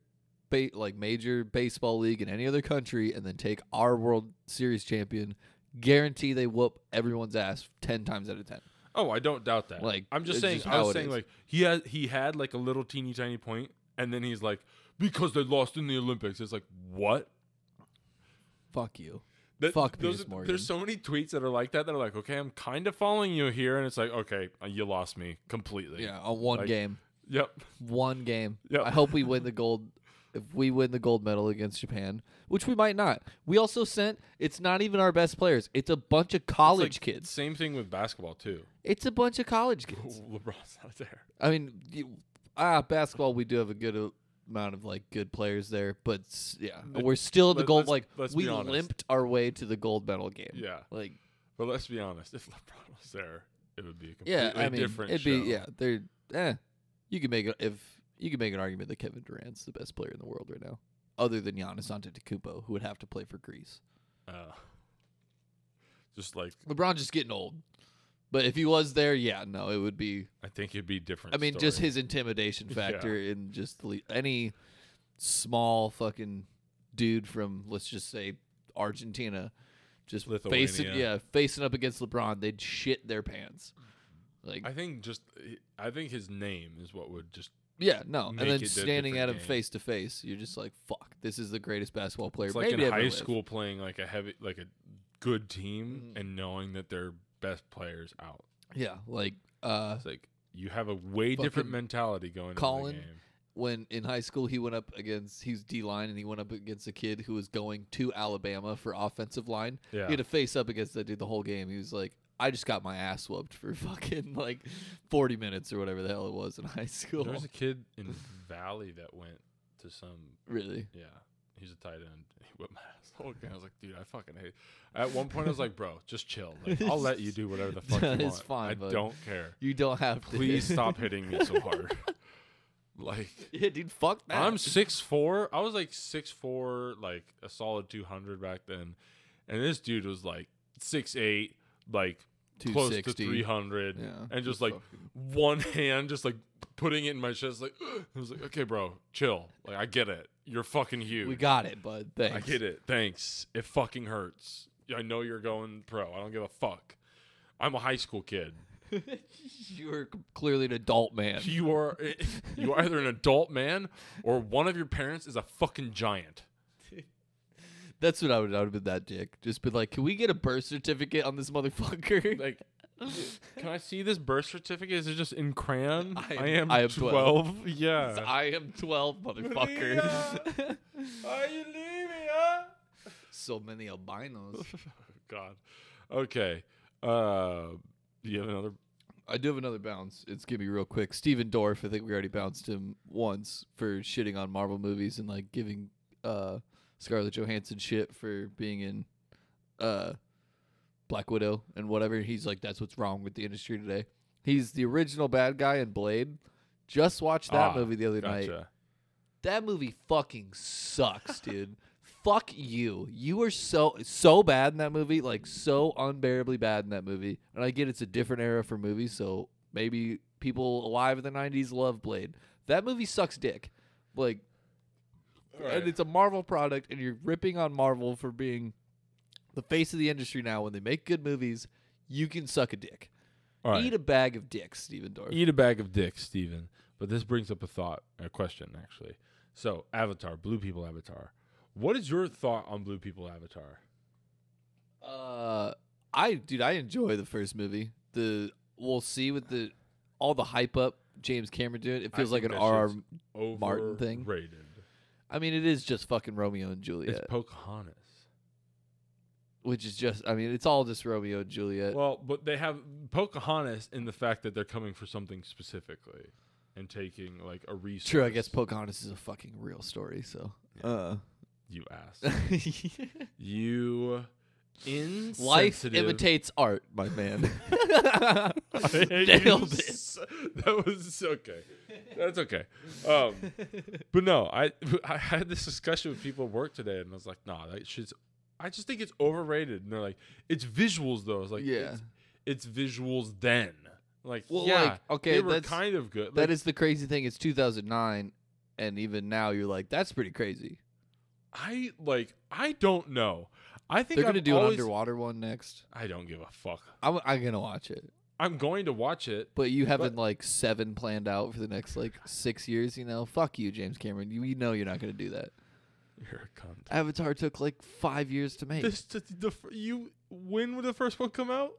ba- like major baseball league in any other country, and then take our World Series champion. Guarantee they whoop everyone's ass ten times out of ten.
Oh, I don't doubt that.
Like,
I'm just
it's
saying.
just
I
how
was
it
saying
is.
like he had he had like a little teeny tiny point, and then he's like, because they lost in the Olympics. It's like what?
Fuck you.
That-
Fuck
those
Piers
are-
Morgan.
There's so many tweets that are like that. That are like, okay, I'm kind of following you here, and it's like, okay, uh, you lost me completely.
Yeah, on one
Like-
game.
Yep.
One game.
Yep.
I hope we win the gold. If we win the gold medal against Japan, which we might not, we also sent. It's not even our best players. It's a bunch of college
Like,
kids.
Same thing with basketball too.
It's a bunch of college kids.
LeBron's not there.
I mean, you, ah, basketball. We do have a good uh, amount of like good players there, but s- yeah, we're still in the
let-
gold.
let's-
Like
let's
we
be honest.
limped our way to the gold medal game.
Yeah,
like
but let's be honest. If LeBron was there, it would be a completely
yeah, I mean,
different.
it'd
show.
be yeah. They're eh, you can make it if you can make an argument that Kevin Durant's the best player in the world right now, other than Giannis Antetokounmpo, who would have to play for Greece.
Uh, just like
LeBron's just getting old, but if he was there, yeah, no, it would be.
I think it'd be different.
I mean, just
story.
his intimidation factor and just the, le- any small fucking dude from let's just say Argentina, just facing
Lithuania.
yeah facing up against LeBron, they'd shit their pants. Like
I think just. I think his name is what would just.
yeah, no, and
make
then
it a
standing at
different
him
game.
face to face, you're just like fuck. This is the greatest basketball player.
It's like
maybe
in
ever
high
lived.
school playing like a heavy, like a good team,
Mm-hmm.
and knowing that their best players out.
Yeah, like uh,
It's like you have a way different
Fucking
mentality going
Colin.
into the game.
when in high school he went up against he's D line and he went up against a kid who was going to Alabama for offensive line.
Yeah.
He had to face up against that dude the whole game. He was like, I just got my ass whooped for fucking like forty minutes or whatever the hell it was in high school.
There was a kid in Valley that went to some.
really?
Yeah, he's a tight end. and He whipped my ass the whole game. I was like, dude, I fucking hate. At one point, I was like, bro, just chill. Like, I'll let you do whatever the fuck you want.
It's fine,
I
bud.
don't care.
You don't have to
Please stop hitting me so hard. like.
Yeah, dude, fuck that.
I'm six four. I was like six four, like a solid two hundred back then, and this dude was like six eight, like close to
260.
three hundred,
Yeah,
and just
just
like
fucking-
one hand, just like putting it in my chest, like I was like, okay, bro, chill. Like I get it. You're fucking huge.
we got it, bud. Thanks.
I get it. Thanks. It fucking hurts. I know you're going pro. I don't give a fuck. I'm a high school kid.
You're clearly an adult man.
You are you are either an adult man or one of your parents is a fucking giant.
That's what I would I would have been that dick. Just been like, can we get a birth certificate on this motherfucker?
like can i see this birth certificate is it just in crayon
I am- I am
12, yeah
I am 12, motherfucker.
are you leaving huh
so many albinos.
god okay uh do you have another
I do have another bounce. It's going to be real quick. Steven Dorff, I think we already bounced him once for shitting on Marvel movies and like giving uh, Scarlett Johansson shit for being in uh, Black Widow and whatever. He's like, that's what's wrong with the industry today. He's the original bad guy in Blade. Just watched that
Ah,
movie the other night.
gotcha
That movie fucking sucks, dude. Fuck you. You were so so bad in that movie, like so unbearably bad in that movie. And I get it's a different era for movies, so maybe people alive in the '90s love Blade. That movie sucks dick, like, and it's a Marvel product, and you're ripping on Marvel for being the face of the industry now. When they make good movies, you can suck a dick.
all right
Eat a bag of dicks, Steven Dorff.
eat a bag of dicks steven but this brings up a thought a question actually so avatar blue people avatar what is your thought on blue people avatar
Uh, I dude, I enjoy the first movie. The we'll see with the all the hype up James Cameron doing. It
I
feels like an
think
RR.
that over
Martin thing?
rated
I mean, it is just fucking Romeo and
it's
Juliet,
pocahontas
which is just. I mean, it's all just Romeo and Juliet.
Well, but they have Pocahontas in the fact that they're coming for something specifically and taking like a resource.
True, I guess Pocahontas is a fucking real story. So, uh,
you ass. you insensitive.
life imitates art, my man.
I hate you
Nailed it.
so- That was okay. That's okay. Um, but no, I I had this discussion with people at work today, and I was like, nah, that shit's. I just think it's overrated, and they're like, it's visuals though. I was like,
Yeah.
it's, it's visuals then. Like,
Well,
yeah,
like, okay,
they were
that's-
kind of good. Like,
that is the crazy thing. It's 2009, and even now you're like, that's pretty crazy.
I like. I don't know. I think
They're gonna
I've
do
always-
an underwater one next.
I don't give a fuck.
I'm, I'm gonna watch it.
I'm going to watch it.
But you haven't like seven planned out for the next like six years, you know? Fuck you, James Cameron. You, you know you're not gonna do that.
You're a cunt.
Avatar took like five years to make.
This, the, the, fir- you when would the first one come out?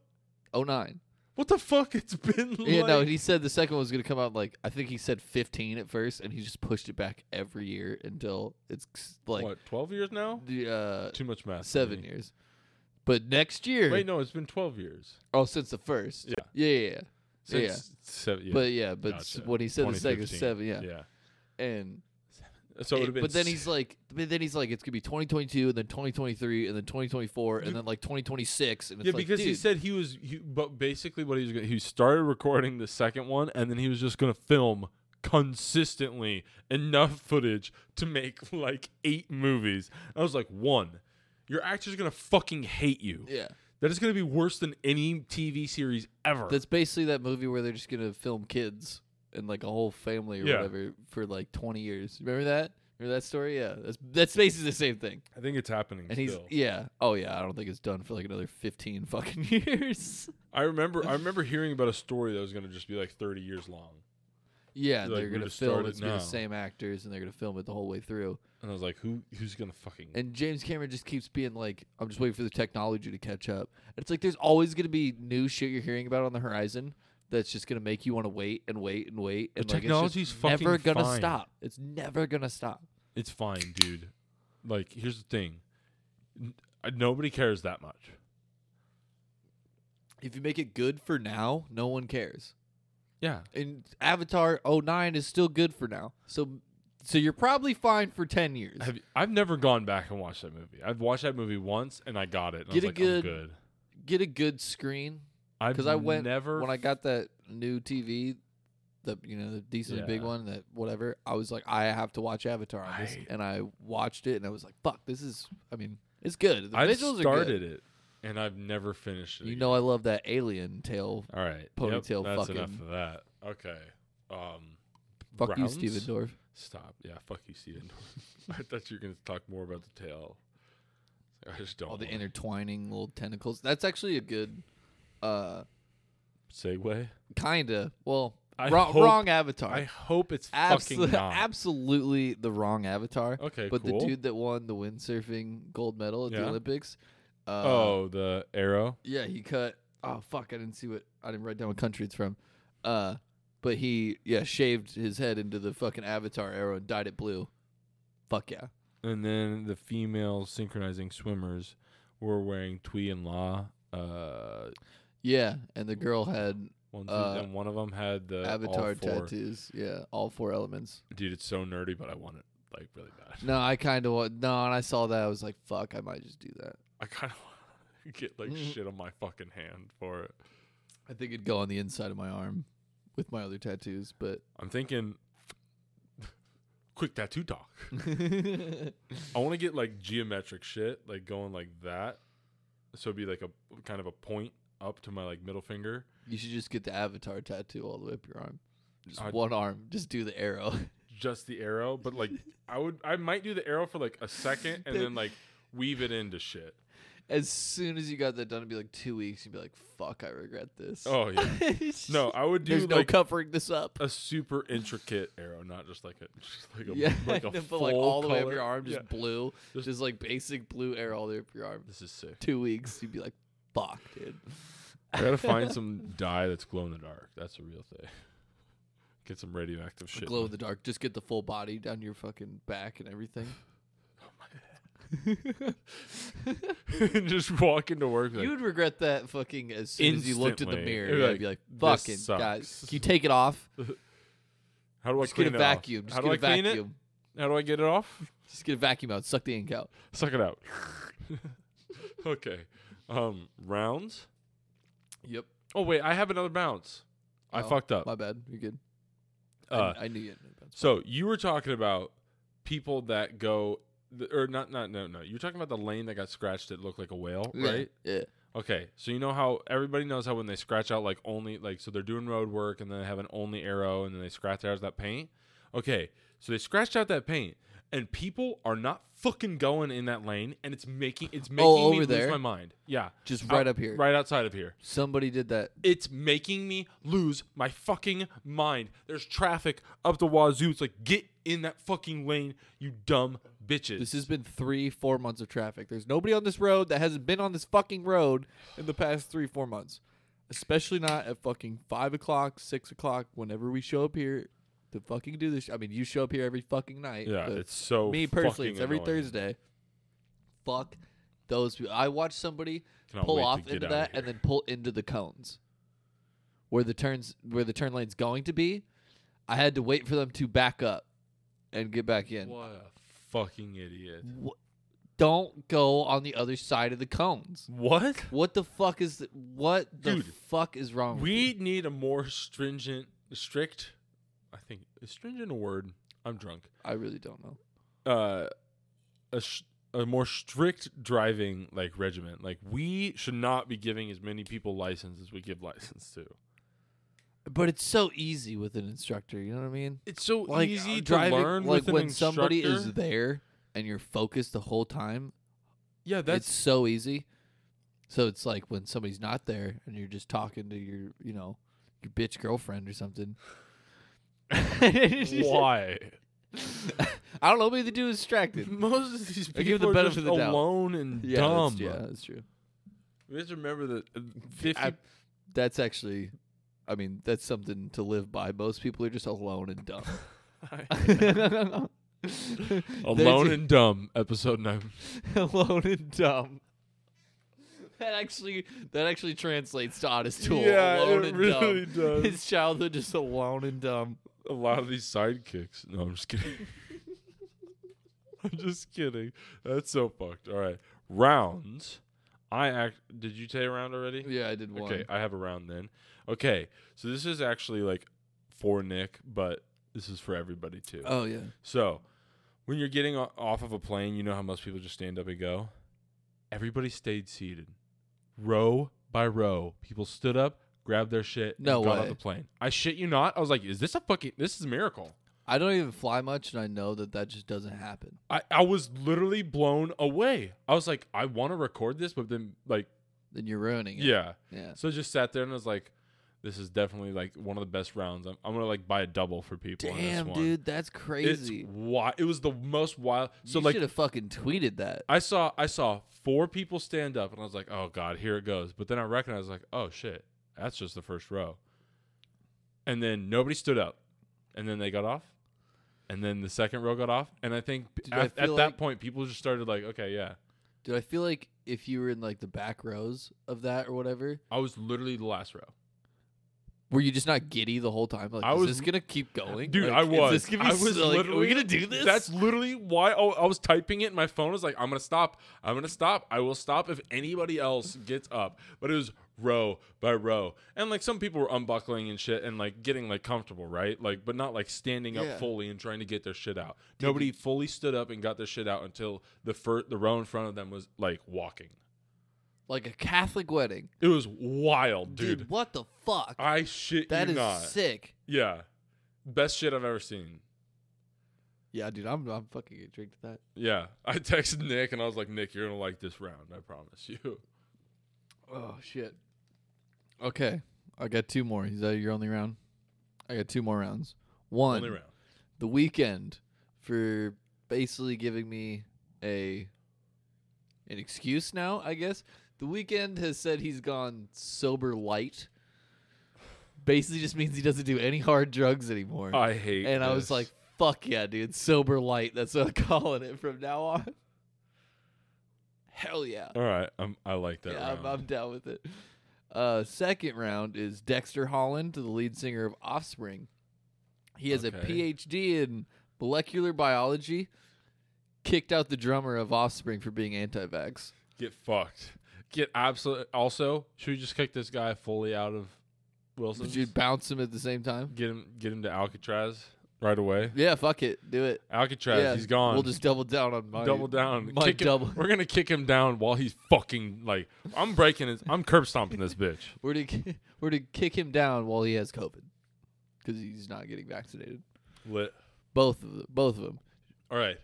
Oh nine.
What the fuck? It's been
Yeah,
like,
no, he said the second one was gonna come out like I think he said fifteen at first, and he just pushed it back every year until it's like
what twelve years now?
the uh,
Too much math. for
seven
me.
years. But next year,
Wait, no, it's been twelve years.
oh, since the first,
Yeah.
yeah, yeah, yeah.
Since
Yeah.
seven, yeah.
But yeah, but s-
Gotcha.
when he said the second
2015.
seven, yeah,
yeah.
and
So it would
it-
have been.
eh, but then
s-
he's like, but then he's like, it's gonna be 2022, and then 2023, and then 2024, and
Dude.
then like 2026, and it's
yeah,
like,
because he
dude,
said he was. He, but basically, what he was gonna, he started recording the second one, and then he was just gonna film consistently enough footage to make like eight movies. I was like, one, your actor's gonna fucking hate you.
yeah,
That is gonna be worse than any TV series ever.
that's basically that movie where they're just gonna film kids and like a whole family or
Yeah.
whatever for like 20 years. Remember that? Remember that story? Yeah, that's that's basically the same thing.
I think it's happening.
And
still.
he's yeah, oh yeah, I don't think it's done for like another 15 fucking years.
I remember. I remember hearing about a story that was gonna just be like thirty years long,
yeah,
Like,
they're
we're
gonna
gonna
film
start it
it's gonna be
now.
the same actors and they're gonna film it the whole way through.
and I was like, who who's gonna fucking
And James Cameron just keeps being like, I'm just waiting for the technology to catch up. And it's like there's always going to be new shit you're hearing about on the horizon that's just going to make you want to wait and wait and wait. And like,
technology's
it's just
fucking
never gonna
fine.
stop. It's never going to stop.
It's fine, dude. Like, here's the thing. N- uh, Nobody cares that much.
If you make it good for now, no one cares.
Yeah.
And Avatar 09 is still good for now. So so you're probably fine for 10 years.
Have, you- I've never gone back and watched that movie. I've watched that movie once and I got it. And
Get
I was
a
like,
good-
I'm good.
Get a good screen
I've
because I went
never
when I got that new TV, the you know the decently big
Yeah.
one that whatever. I was like, I have to watch Avatar on this,
I-
and I watched it, and I was like, fuck, this is. I mean, it's good. The
I
visuals are good.
started it and I've never finished it.
You
again.
know, I love that alien tale.
All right. Yep,
ponytail
that's enough
fucking-
of that. Okay. Um,
Fuck
rounds?
you, Steven Dorff.
Stop. Yeah, fuck you, Steven. I thought you were going to talk more about the tail. I just don't.
All Oh, the
wanna-
intertwining little tentacles. That's actually a good, uh,
segue.
kinda. Well,
I
wrong,
hope-
wrong Avatar.
I hope it's
Absol-
fucking not.
absolutely the wrong Avatar.
okay,
But
cool.
the dude that won the windsurfing gold medal at the
Yeah.
Olympics. Uh,
oh, the arrow.
Yeah, he cut. Oh fuck! I didn't see what I didn't write down what country it's from. Uh, but he yeah shaved his head into the fucking avatar arrow and dyed it blue. Fuck yeah!
and then the female synchronizing swimmers were wearing Tui and La. Uh,
Yeah, and the girl had
one, two,
Uh,
and one of them had the all
avatar
four.
tattoos. Yeah, all four elements.
Dude, it's so nerdy, but I want it like really bad.
No, I kind of want no, and I saw that I was like, fuck, I might just do that.
I kind of get like
Mhm.
shit on my fucking hand for it.
I think it'd go on the inside of my arm with my other tattoos, but
I'm thinking, quick tattoo talk. I want to get like geometric shit, like going like that. So it'd be like a kind of a point up to my like middle finger.
you should just get the avatar tattoo all the way up your arm. Just
I-
one arm. Just do the arrow.
just the arrow, but like I would I might do the arrow for like a second and then like weave it into shit.
as soon as you got that done, it'd be like two weeks. You'd be like, "Fuck, I regret this."
Oh yeah. No, I would do
there's no
like
covering this up.
a super intricate arrow, not just like a just like a
yeah,
like a
but
full
like all the way up
color.
your arm, just
Yeah.
blue, just,
Just-
like basic blue arrow all the way up your arm.
This is sick.
Two weeks, you'd be like, "Fuck, dude."
I gotta find some dye that's glow in the dark. That's a real thing. Get some radioactive shit.
Glow in the dark. Just get the full body down your fucking back and everything.
Oh and just walk into work. Like,
you would regret that fucking as soon as you looked in the
Instantly.
mirror.
You'd be
Yeah,
like,
you'd be like,
"This
"Fucking guys,
sucks."
can you take it off?
how do I
Just get a
clean it off?
vacuum. Just
how do
get
I
a
clean
vacuum.
it? How do I get it off?
Just get a vacuum out. Suck the ink out."
Suck it out. okay. Um, rounds.
Yep.
Oh wait, I have another bounce. I
Oh,
fucked up.
My bad. You're good.
Uh,
I, I knew you. had no bounce.
so you were talking about people that go, th- or not, not, no, no. You're talking about the lane that got scratched that looked like a whale, right?
Yeah.
Okay, so you know how everybody knows how when they scratch out like only like so they're doing road work and then they have an only arrow and then they scratch out that paint. Okay, so they scratched out that paint and people are not fucking going in that lane, and it's making it's making me
Oh, over
lose
there?
my mind. Yeah,
Just right
Out-
up here.
right outside of here.
Somebody did that.
It's making me lose my fucking mind. There's traffic up the wazoo. It's like get in that fucking lane, you dumb bitches.
This has been three, four months of traffic. There's nobody on this road that hasn't been on this fucking road in the past three, four months. Especially not at fucking five o'clock, six o'clock, whenever we show up here to fucking do this. I mean, you show up here every fucking night.
yeah,
but
it's so
me personally,
fucking
it's every
annoying.
Thursday. Fuck those people. I watched somebody
Cannot
pull
wait to
off
get
into
out of
that
here.
and then pull into the cones where the turns where the turn lane's going to be. I had to wait for them to back up and get back in.
What a fucking idiot.
Wha- Don't go on the other side of the cones.
What?
What the fuck is th- what the
Dude,
fuck is wrong? with you?
We need a more stringent, strict. I think is stringent a word. I'm drunk.
I really don't know.
Uh, a sh- a more strict driving like regiment. Like we should not be giving as many people license as we give license to.
But it's so easy with an instructor, you know what I mean?
It's so
Like
easy
uh,
to
driving,
learn
like
with an
when somebody is
instructor.
there and you're focused the whole time,
yeah, that's
it's so easy. So it's like when somebody's not there and you're just talking to your, you know, your bitch girlfriend or something. I
why.
don't know. Maybe the dude is distracted.
Most of these people
I give the
are
benefit
just
of the doubt.
alone and
Yeah,
dumb.
That's, yeah, that's true.
We have to remember that uh, fifty.
I- that's actually, I mean, that's something to live by. Most people are just alone and dumb.
alone
They-
and dumb. Episode nine.
alone and dumb. That actually that actually translates to honest tool. alone and dumb.
does.
His childhood just alone and dumb.
a lot of these sidekicks. No, I'm just kidding. I'm just kidding. That's so fucked. All right, rounds. I act. Did you say a round already?
Yeah, I did one.
Okay, I have a round then. Okay, so this is actually like for Nick, but this is for everybody too.
Oh yeah.
so, when you're getting o- off of a plane, you know how most people just stand up and go. Everybody stayed seated, row by row. People stood up, grabbed their shit, and
No
got
way.
off the plane. I shit you not. I was like, "Is this a fucking? This is a miracle."
I don't even fly much, and I know that that just doesn't happen.
I, I was literally blown away. I was like, I want to record this, but then like,
Then you're ruining it.
yeah.
Yeah.
So I just sat there and I was like, this is definitely like one of the best rounds. I'm, I'm gonna like buy a double for people. on this
Damn,
one.
dude, that's
it's
crazy.
wild. It was the most wild. So
you
like,
should have fucking tweeted that.
I saw I saw four people stand up and I was like, oh god, here it goes. But then I recognized like, oh shit, that's just the first row. And then nobody stood up, and then they got off, and then the second row got off, and I think
Dude, I
at, at
feel
that
like-
point people just started like, okay, yeah.
Dude, I feel like if you were in like the back rows of that or whatever,
I was literally the last row.
were you just not giddy the whole time? Like,
I
is
was-
this gonna keep going,
Dude,
Like,
I was.
Is this gonna be
I
s-
was
like, are we
literally-
gonna do this?
That's literally why I, I was typing it. in My phone I was like, I'm gonna stop. I'm gonna stop. I will stop if anybody else gets up. But it was row by row, and like some people were unbuckling and shit, and like getting like comfortable, right? Like, but not like standing
Yeah.
up fully and trying to get their shit out. Nobody fully stood up and got their shit out until the fir- the row in front of them was like walking.
like a Catholic wedding,
It was wild, dude.
dude. what the fuck?
I shit
that
you
is
not.
sick.
Yeah, best shit I've ever seen.
Yeah, dude, I'm I'm fucking gonna drink to that.
Yeah, I texted Nick and I was like, Nick, you're gonna like this round. I promise you.
Oh shit. Okay, I got two more. Is that your only round? I got two more rounds. One
Only round.
the weekend for basically giving me a an excuse now, I guess. The weekend has said he's gone sober light. Basically just means he doesn't do any hard drugs anymore.
I hate.
and I was
this.
like, fuck yeah, dude, sober light. That's what I'm calling it from now on. Hell yeah.
all right, I'm, I like that.
Yeah, I'm,
round.
I'm down with it. Uh, second round is Dexter Holland, the lead singer of Offspring. He has
Okay.
a PhD in molecular biology. Kicked out the drummer of Offspring for being anti-vax.
Get fucked. Get absolute. Also, should we just kick this guy fully out of Wilson?
Did you bounce him at the same time?
get him? Get him to Alcatraz right away.
Yeah, fuck it, do it.
Alcatraz,
yeah,
he's gone.
We'll just double down on my
double down.
My
Kick him-
double.
We're gonna kick him down while he's fucking like. I'm breaking his. I'm curb stomping this bitch.
We're to we're to kick him down while he has COVID because he's not getting vaccinated.
Lit.
Both of them, both of them.
All right.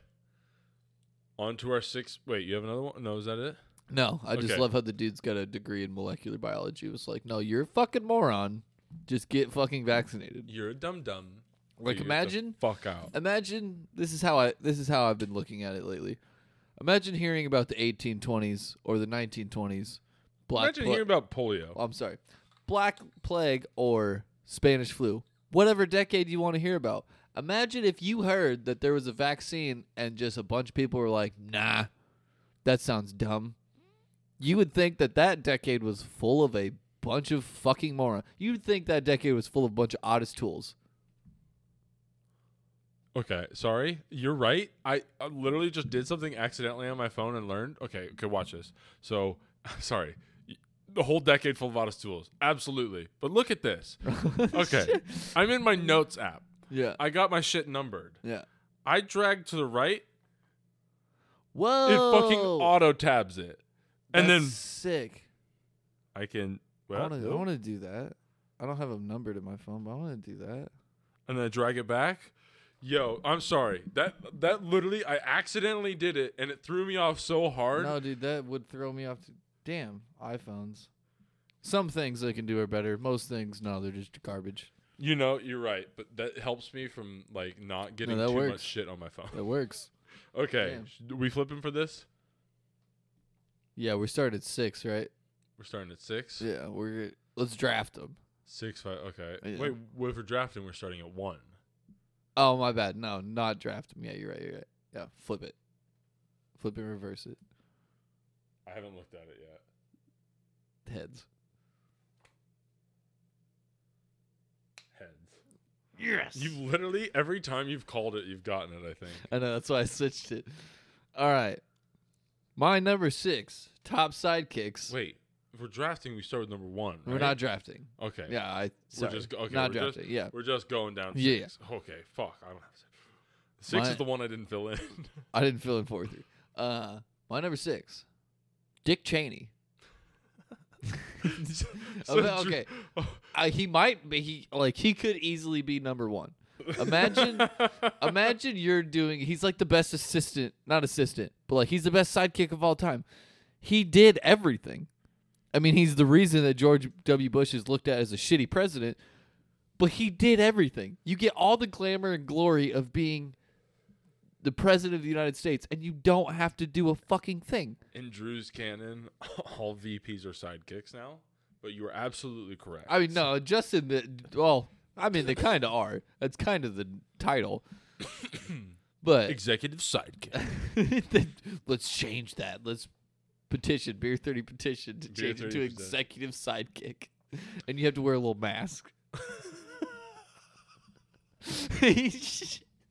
On to our sixth. Wait, you have another one? No, is that it?
No, I just
Okay.
love how the dude's got a degree in molecular biology. It was like, no, you're a fucking moron. Just get fucking vaccinated.
You're a dum dum.
Like, imagine,
fuck out.
imagine this is how I this is how I've been looking at it lately. Imagine hearing about the 1820s or the 1920s. Black
Imagine
pla-
hearing about polio.
oh, I'm sorry, Black Plague or Spanish flu, whatever decade you want to hear about. Imagine if you heard that there was a vaccine and just a bunch of people were like, "Nah, that sounds dumb." You would think that that decade was full of a bunch of fucking moron. You'd think that decade was full of a bunch of oddest tools.
Okay, sorry. You're right. I, I literally just did something accidentally on my phone and learned. Okay, okay, watch this. So, sorry. Y- The whole decade full of Otis tools. Absolutely. But look at this. Okay. I'm in my notes app.
Yeah.
I got my shit numbered.
Yeah.
I drag to the right,
Whoa.
it fucking auto tabs it. And
Oh. That's
then
sick.
I can well,
I want to. I
nope.
want to do that. I don't have them numbered in my phone, but I want to do that.
and then I drag it back. Yo, I'm sorry. That that literally I accidentally did it and it threw me off so hard.
No, dude, that would throw me off. To, damn, iPhones. Some things they can do are better. Most things, no, they're just garbage.
You know, you're right, but that helps me from like not getting
that
too much
works.
shit on my phone.
That works.
Okay,
Damn.
sh- we flipping for this?
Yeah, we started at six, right?
We're starting at six,
Yeah, we're let's draft them.
six five. Okay,
Yeah.
wait. Well, if we're drafting, we're starting at one.
Oh my bad. No, not draft them. Yeah, you're right. You're right. Yeah, flip it, flip and reverse it.
I haven't looked at it yet.
Heads.
Heads.
Yes.
You've literally every time you've called it, you've gotten it. I think.
I know that's why I switched it. All right. My number six, top sidekicks.
Wait, if we're drafting, we start with number one.
we're
right?
not drafting.
Okay.
Yeah, I. Sorry.
just go- okay,
not
we're just-
drafting. yeah,
We're just going down. Six.
Yeah.
Okay. Fuck. I don't have six. Six
My-
is the one I didn't fill in.
I didn't fill in four three. Uh, my number six, Dick Cheney.
So-
Oh,
so
okay.
Drew-
Uh, he might be he like he could easily be number one. Imagine, imagine you're doing. He's like the best assistant, not assistant, but like he's the best sidekick of all time. He did everything. I mean, he's the reason that George W. Bush is looked at as a shitty president, but he did everything. You get all the glamour and glory of being the president of the United States, and you don't have to do a fucking thing.
in Drew's canon, all VPs are sidekicks now. But you are absolutely correct.
I mean, no, just in the well, I mean they kind of are. That's kind of the title, but
executive sidekick.
let's change that. Let's petition beer thirty petition to
Beer
change it to
30%.
executive sidekick, and you have to wear a little mask.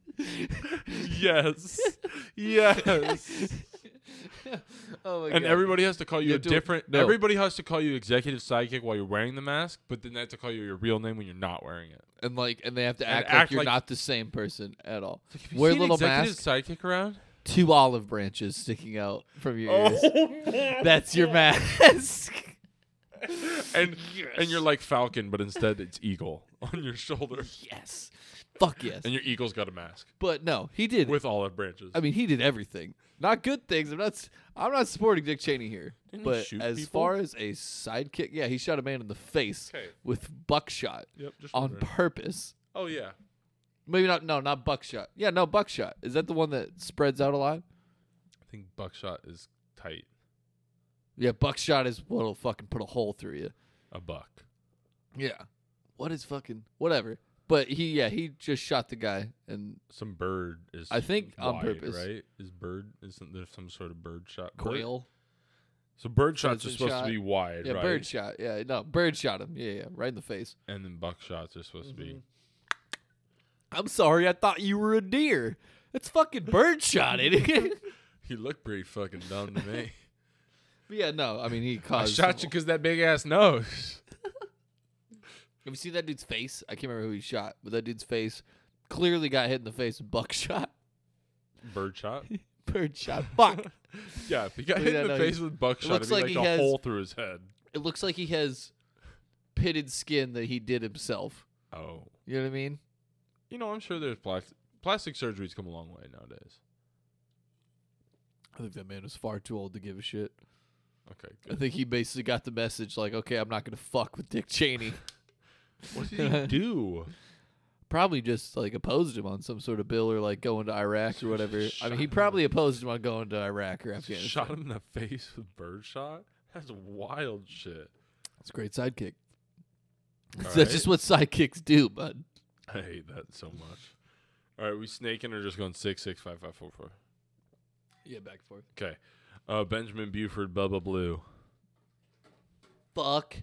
yes, yes.
oh my god!
And everybody has to call you,
You
a
have to-
different.
no.
Everybody has to call you executive sidekick while you're wearing the mask, but then they have to call you your real name when you're not wearing it.
and like, and they have to
and
act,
act
like you're
like-
not the same person at all.
Have you
Wear a
seen
little
executive
mask,
sidekick around.
two olive branches sticking out from your ears.
Oh.
That's your mask.
and and you're like Falcon, but instead it's Eagle on your shoulder,
yes. Fuck yes.
and your Eagle's got a mask
But no, he did.
with olive branches.
I mean, he did everything. Not good things. I'm not. s- I'm not supporting Dick Cheney here.
Didn't he
but
shoot
as
people?
far as a sidekick, yeah, he shot a man in the face
Okay.
with buckshot
yep, just
on
wondering.
purpose.
Oh yeah,
Maybe not. No, not buckshot. Yeah, no buckshot. Is that the one that spreads out a lot?
I think buckshot is tight.
Yeah, buckshot is what'll fucking put a hole through you.
A buck.
Yeah. What is fucking whatever. But he, yeah, he just shot the guy, and
Some bird is.
I think on
wide,
purpose.
right? Is bird? Isn't there some sort of bird shot? Bird-
quail.
So bird shots are
Pheasant
supposed
shot.
to be wide,
Yeah,
right?
bird shot. Yeah, no, bird shot him. Yeah, yeah, right in the face.
and then buck shots are supposed to be.
I'm sorry, I thought you were a deer. That's fucking bird shot, idiot.
You look pretty fucking dumb to me.
But yeah, no, I mean he
I
caused.
shot you because that big ass nose.
Have you seen that dude's face? I can't remember who he shot, but that dude's face clearly got hit in the face with buckshot.
Bird shot.
Bird shot. Fuck.
Yeah, if he got
Look
hit
at that
in the
nose.
face with buckshot.
looks
It'd be
like
like,
he
a
has-
hole through his head.
it looks like he has pitted skin that he did himself.
Oh.
You know what I mean?
You know, I'm sure there's plastic plastic surgery's come a long way nowadays.
I think that man was far too old to give a shit.
Okay,
I
good.
think he basically got the message like, okay, I'm not gonna fuck with Dick Cheney.
What did he do?
probably just like opposed him on some sort of bill or like going to Iraq or whatever. I mean, he probably opposed him on going to Iraq or Afghanistan.
Shot him in the face with birdshot? That's wild shit.
It's a great sidekick.
All
That's just
right.
what sidekicks do, bud.
I hate that so much. All right, we snaking or just going six six five five four four.
Yeah, back and forth.
Okay, uh, Benjamin Buford, Bubba Blue.
Fuck.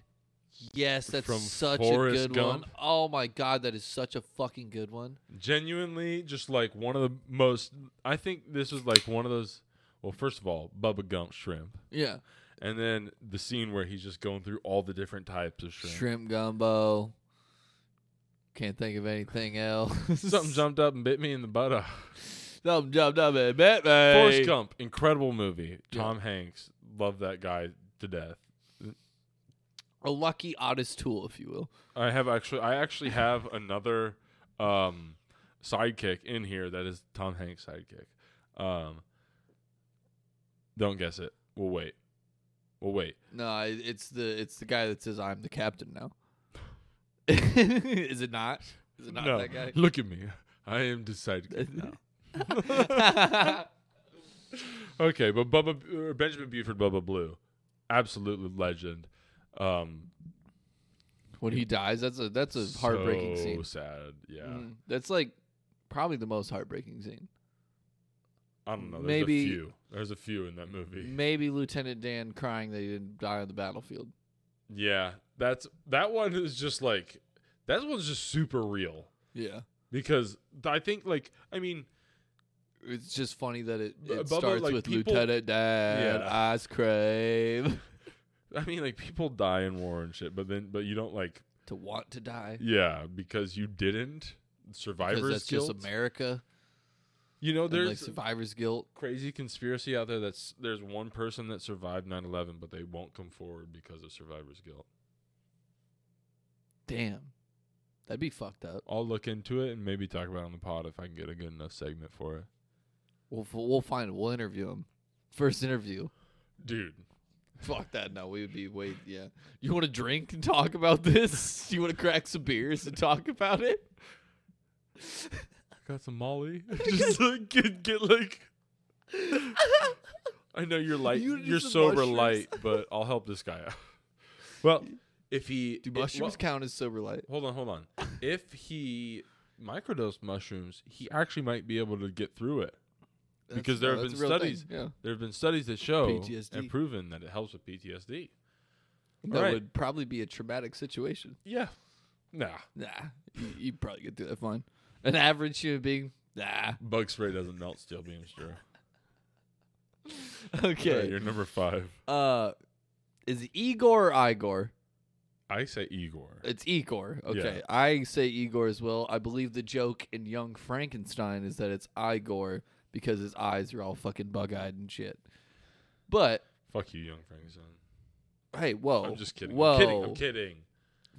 Yes, that's
From
such
Forrest
a good one.
Gump?
Oh my god, that is such a fucking good one.
Genuinely, just like one of the most. I think this was like one of those. Well, first of all, Bubba Gump shrimp,
Yeah.
and then the scene where he's just going through all the different types of shrimp.
Shrimp gumbo. Can't think of anything else.
Something jumped up and bit me in the butt.
Something jumped up at Batman.
Forrest Gump, incredible movie.
Yeah.
Tom Hanks, love that guy to death.
A lucky oddest tool, if you will.
I have actually, I actually have another um, sidekick in here that is Tom Hanks' sidekick. Um, don't guess it. We'll wait. We'll wait.
No, I- it's the it's the guy that says I'm the captain now. is it not? Is it not
no,
that guy?
look at me. I am the sidekick now. Okay, but Bubba or Benjamin Buford, Bubba Blue, absolutely legend. Um,
when he dies, that's a that's a heartbreaking
so
scene.
Sad. Yeah.
Mhm. That's like probably the most heartbreaking scene.
I don't know. There's
Maybe-
a few. There's a few in that movie.
Maybe Lieutenant Dan crying that he didn't die on the battlefield.
Yeah, that's that one is just like that one's just super real
Yeah,
because th- I think like I mean
it's just funny that it,
B-
it
Bubba,
starts
like,
with
people-
Lieutenant Dan
Yeah.
ice cream
I mean like people die in war and shit, but then but you don't like
to want to die
yeah because you didn't
because
survivors
that's
guilt.
just America.
you know
and, like
there's
survivor's guilt.
crazy conspiracy out there that's there's one person that survived 9/11 but they won't come forward because of survivors guilt.
Damn, that'd be fucked up.
I'll look into it and maybe talk about it on the pod if I can get a good enough segment for it.
We'll f- we'll find him. We'll interview him. First interview.
Dude,
Fuck that. No, we would be wait. Yeah. You want to drink and talk about this? you want to crack some beers and talk about it?
I got some Molly. just like get, get like I know you're light.
You
You
need
are
some
sober
mushrooms.
light, but I'll help this guy out. Well, if he
Do
if-
mushrooms
well,
count as sober light?
hold on, hold on. If he microdosed mushrooms, he actually might be able to get through it. Because there have
that's
been
a real thing,
studies
Yeah.
There have been studies that show
PTSD.
and proven that it helps with PTSD.
That
right.
would probably be a traumatic situation.
Yeah. Nah.
Nah. You, you'd probably get through that fine. An average human being? Nah.
Bug spray doesn't melt steel beams, Drew. All right,
Okay.
you're number five.
Uh, is it Igor or Igor?
I say Igor.
It's Igor. Okay. I say Igor as well. I believe the joke in Young Frankenstein is that it's Igor because his eyes are all fucking bug eyed and shit. But
Fuck you, young Frankenstein.
hey, whoa.
I'm just kidding.
Oh, Whoa.
I'm kidding. I'm kidding.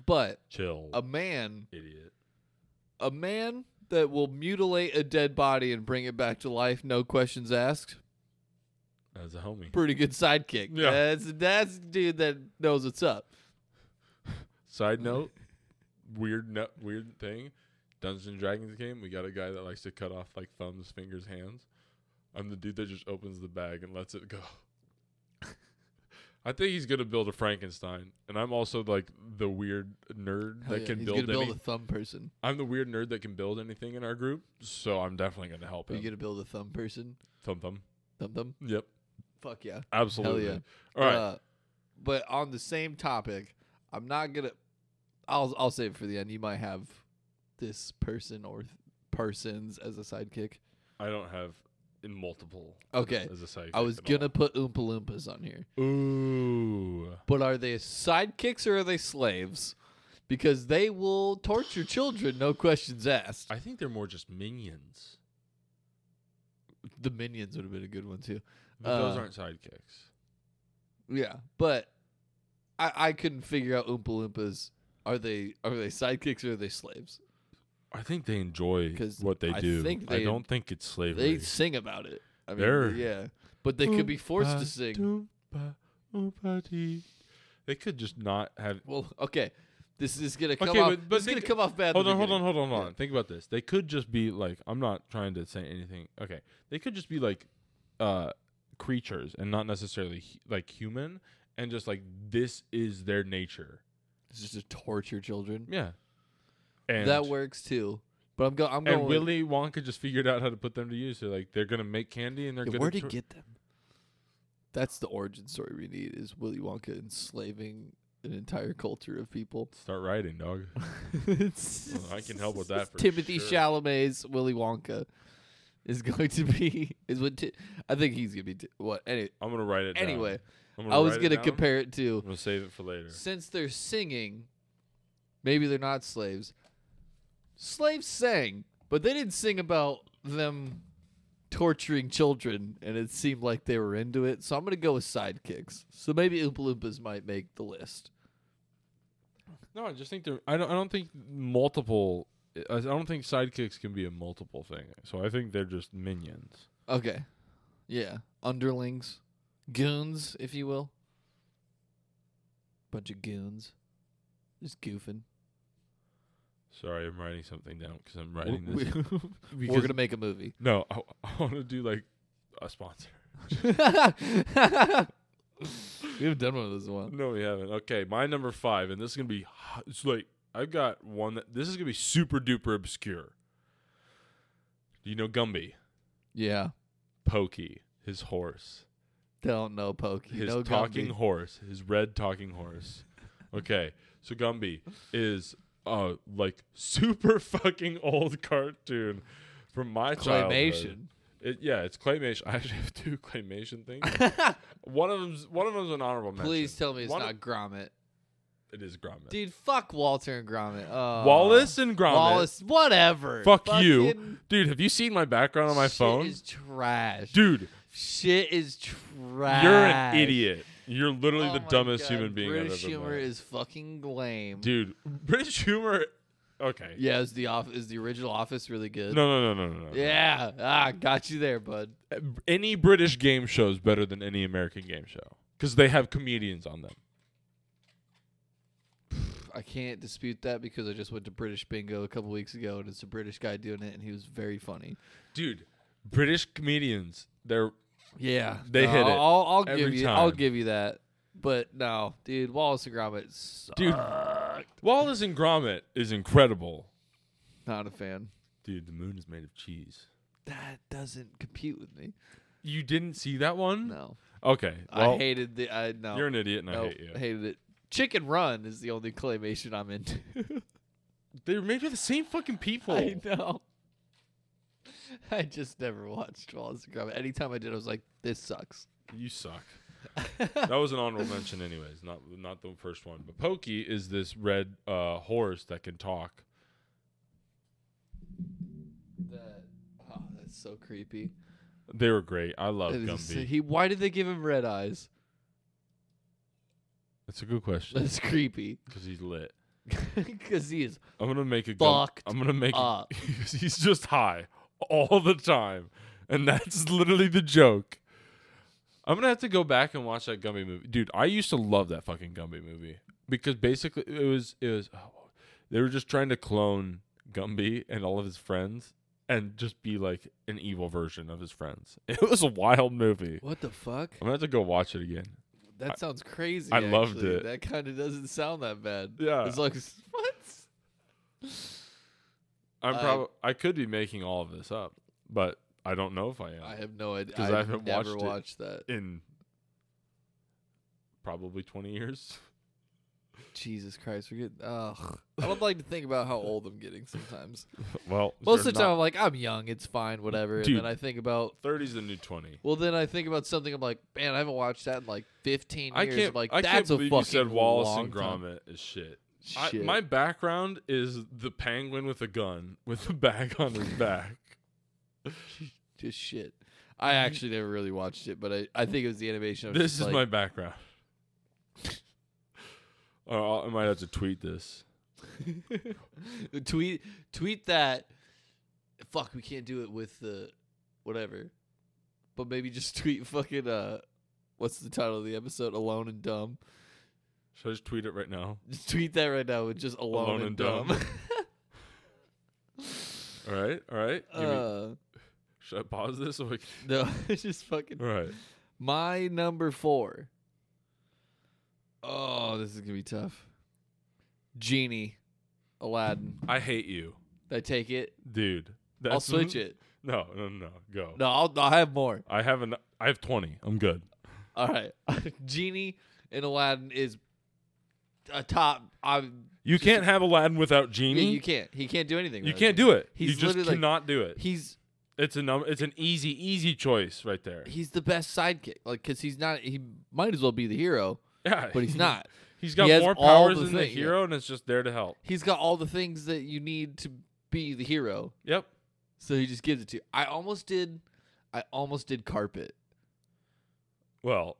But
Chill.
a man
idiot.
a man that will mutilate a dead body and bring it back to life, no questions asked.
As a homie.
Pretty good sidekick.
Yeah.
That's that's a dude that knows what's up.
Side note, weird no, weird thing. Dungeons and Dragons game, we got a guy that likes to cut off like thumbs, fingers, hands. I'm the dude that just opens the bag and lets it go. I think he's gonna build a Frankenstein, and I'm also like the weird nerd
Hell
that
yeah,
can
He's
build.
gonna
Any-
build a thumb person.
I'm the weird nerd that can build anything in our group, so I'm definitely gonna help
Are
him.
you gonna build a thumb person?
thumb thumb.
Thumb thumb?
Yep,
Fuck yeah.
absolutely.
yeah.
All right,
Uh, but on the same topic, I'm not gonna. I'll I'll save it for the end. You might have this person or th- persons as a sidekick.
I don't have in multiple.
Okay,
as a sidekick
eh, I was
at
gonna put Oompa Loompas on here,
all. Ooh.
but are they sidekicks or are they slaves? Because they will torture children, no questions asked.
I think they're more just minions.
The minions would have been a good one too.
But those
Uh,
aren't sidekicks.
Yeah, but I I couldn't figure out Oompa Loompas. Are they are they sidekicks or are they slaves?
I think they enjoy
'Cause
what they
I
do.
think
I
they-
don't think it's
They
slavery.
sing about it. I mean,
They're-
yeah. but they could be forced to sing.
oh, They could just not have.
Well, okay, this is gonna come
Okay,
off.
but- but
this is gonna
think-
come off bad. in
Hold
the
on, hold on,
beginning.
hold on, hold
Yeah.
on. Think about this. They could just be like, I'm not trying to say anything. Okay, they could just be like uh creatures and not necessarily hu- like human, and just like this is their nature.
It's just to torture children.
Yeah, and
that works too. But I'm, go- I'm going.
and
with-
Willy Wonka just figured out how to put them to use. They're like they're gonna make candy and they're
Yeah,
gonna.
where'd he
tor-
get them? That's the origin story we need: is Willy Wonka enslaving an entire culture of people.
Start writing, dog.
It's-
Well, I can help with that for
Timothy
sure.
Chalamet's Willy Wonka is going to be is what Ti- I think he's gonna be. Ti- what any,
I'm gonna write it. down.
anyway?
I'm
I was
write it
gonna
down.
compare it to
I'm gonna save it for later.
since they're singing, maybe they're not slaves. Slaves sang, but they didn't sing about them torturing children, and it seemed like they were into it. So I'm gonna go with sidekicks. So maybe Oompa Loompas might make the list.
No, I just think there. I don't. I don't think multiple. I I don't think sidekicks can be a multiple thing. So I think they're just minions.
Okay, yeah, underlings, goons, if you will, bunch of goons, just goofing.
Sorry, I'm writing something down because I'm
We're,
writing
we-
this.
we're
because-
gonna make a movie.
no, I, want to do like a sponsor.
we haven't done one of those in a while.
No, we haven't. Okay, my number five, and this is gonna be. h- It's like I've got one that this is gonna be super duper obscure. Do you know Gumby?
Yeah.
Pokey, his horse.
Don't know Pokey.
his
no
talking
Gumby.
horse, his red talking horse. Okay, so Gumby is uh like super fucking old cartoon from my childhood.
claymation.
It, yeah, it's claymation. I actually have two claymation things. one of them's one of them's an honorable mention.
Please tell me it's
One
not
of-
Gromit.
it is Gromit.
Dude, fuck Walter and Gromit. Uh,
Wallace and Gromit.
Wallace, whatever.
Fuck you,
Fucking
dude. Have you seen my background on my
shit
phone,
is trash.
dude?
Shit is trash.
You're an idiot. You're literally
Oh
the
my
dumbest
God,
human being
British
I've ever
humor
met.
is fucking lame.
dude, British humor. Okay.
Yeah, is the off is the original Office really good?
No, no, no, no, no, no.
Yeah. Ah, got you there, bud.
any British game show is better than any American game show because they have comedians on them.
I can't dispute that because I just went to British Bingo a couple weeks ago and it's a British guy doing it and he was very funny.
Dude, British comedians, they're
Yeah,
They
no,
hit it
I'll, I'll
every
give you. I'll
time.
give you that. But no, dude, Wallace and Gromit, suck.
dude. Wallace and Gromit is incredible.
not a fan.
Dude, the moon is made of cheese.
That doesn't compute with me.
You didn't see that one?
No,
Okay.
I
well,
hated the. I no.
You're an idiot, and
no,
I hate you.
Hated it. Chicken Run is the only claymation I'm into.
They're made by the same fucking people.
I know. I just never watched Wallace and Gromit. Anytime I did, I was like, this sucks.
You suck. that was an honorable mention, anyways. Not not the first one, but Pokey is this red uh, horse that can talk.
That, oh, that's so creepy.
They were great. I love
That is-
Gumby.
he. Why did they give him red eyes?
That's a good question.
That's creepy.
Because he's lit.
Because he is
I'm gonna make a gum-
Fucked
I'm gonna make a,
up.
he's just high all the time, and that's literally the joke. I'm gonna have to go back and watch that Gumby movie, dude. I used to love that fucking Gumby movie because basically it was it was oh, they were just trying to clone Gumby and all of his friends and just be like an evil version of his friends. It was a wild movie.
What the fuck?
I'm gonna have to go watch it again. I-
That sounds crazy.
I loved
actually.
it.
That kind of doesn't sound that bad.
Yeah.
It's like what?
I'm
I-
probably I could be making all of this up, but I don't know if I am.
I have no idea.
'Cause I
I've
haven't
never
watched it.
watched that.
in probably 20 years.
Jesus Christ, we're getting. Ugh. I don't like to think about how old I'm getting sometimes.
Well,
Most of the time, I'm like, I'm young. It's fine, whatever.
Dude.
And then I think about.
30's the new 20.
Well, then I think about something. I'm like, man, I haven't watched that in like 15
I
years.
can't.
I'm like,
I
that's
can't
a
believe
fucking
you said Wallace
long
and
time."
Gromit is shit. I,
Shit.
my background is the penguin with a gun with a bag on his back.
Just shit. I actually never really watched it, but I, I think it was the animation. I was
this
just
is
like,
my background. Or I'll- I might have to tweet this.
tweet tweet that fuck we can't do it with the whatever but maybe just tweet fucking uh, what's the title of the episode? Alone and dumb.
Should I just tweet it right now?
Just tweet that right now with just alone,
Alone
and,
and
dumb.
Dumb. All right, all right. Give me-
uh,
should I pause this? Or we can-
no, it's just fucking.
all right.
My number four. Oh, this is gonna be tough. Genie, Aladdin.
I hate you,
I take it.
dude.
I'll
that's-
switch it.
No, no, no. Go.
No, I'll, I'll have more.
I have an. I have twenty. I'm good.
All right, Genie and Aladdin is a top. I
You can't have Aladdin without Genie.
you can't. He can't do anything.
You
without
can't
Genie.
do it.
He's
you just
literally like-
cannot do it.
He's
It's a num- It's an easy, easy choice right there.
he's the best sidekick. Like, cause he's not. He might as well be the hero,
yeah,
but he's not.
He's got
He has
more
all
powers
the
than the
thing, yeah.
hero, and it's just there to help.
he's got all the things that you need to be the hero.
Yep.
So he just gives it to you. I almost did. I almost did carpet.
Well,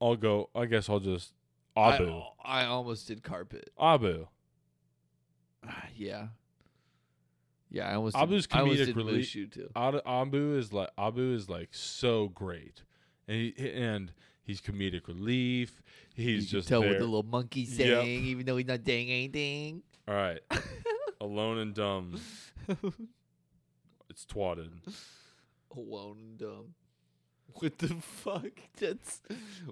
I'll go. I guess I'll just
I-
Abu.
I, almost did carpet.
Abu.
Ah, Yeah. Yeah, I almost.
Abu's
did, I almost
comedic
did
relief-
Mushu too.
Ad- Abu is like Abu is like so great, and he, and he's comedic relief. He's
you
just
can tell
there.
what the little monkey's
Yep.
saying, even though he's not saying anything.
All right, alone and dumb. It's twatted.
Alone and dumb. What the fuck? um, That's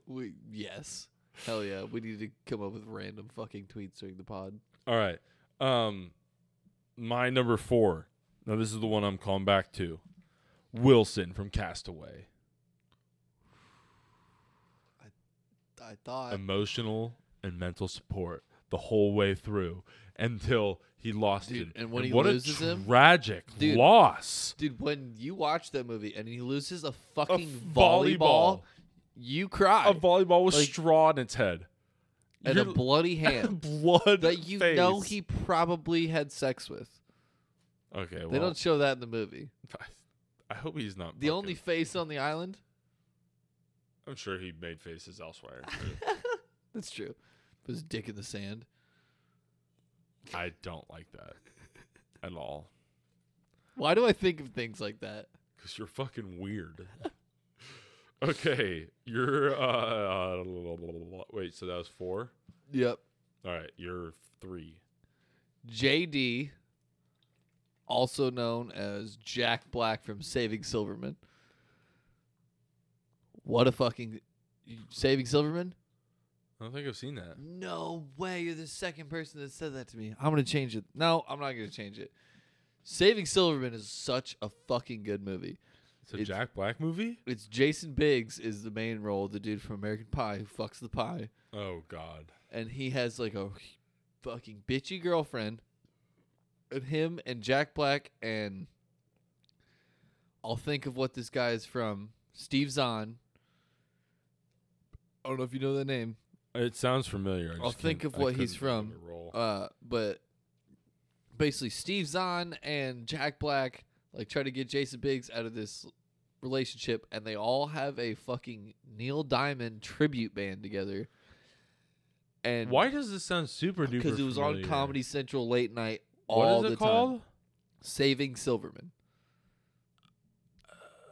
we, yes. Hell yeah. We need to come up with random fucking tweets during the pod.
All right, um, my number four. Now this is the one I'm calling back to. Wilson from Castaway.
I thought
Um, emotional and mental support the whole way through until he lost
Dude,
it.
and when he
what
loses
a
him-
tragic
Dude.
loss.
Dude, when you watch that movie and he loses a fucking volleyball,
volleyball.
you cry.
A volleyball with
Like-
straw in its head
and a
you're-
bloody hand
blood
that you
face.
know he probably had sex with.
Okay, well,
They don't show that in the movie.
I hope he's not.
The
fucking-
only face on the island.
I'm sure he made faces elsewhere.
That's true. Was dick in the sand.
I don't like that at all
Why do I think of things like that?
because you're fucking weird. Okay, you're. Uh, wait, so that was four.
Yep.
All right, you're three.
JD, also known as Jack Black from Saving Silverman. What a fucking Saving Silverman?
I don't think I've seen that.
No way. You're the second person that said that to me. I'm going to change it. No, I'm not going to change it. Saving Silverman is such a fucking good movie.
It's a
It's-
Jack Black movie?
It's Jason Biggs is the main role, the dude from American Pie who fucks the pie.
Oh God.
and he has like a fucking bitchy girlfriend. And him and Jack Black and I'll think of what this guy is from. Steve Zahn. I don't know if you know that name,
It sounds familiar. I
I'll
just
think
can't-
of
I
what he's
couldn't think of
from.
the role.
uh, but basically Steve Zahn and Jack Black like try to get Jason Biggs out of this relationship, and they all have a fucking Neil Diamond tribute band together. And
Why does this sound super duper?
because it was on
familiar?
Comedy Central late night all
What is
the
it
time.
called?
Saving Silverman.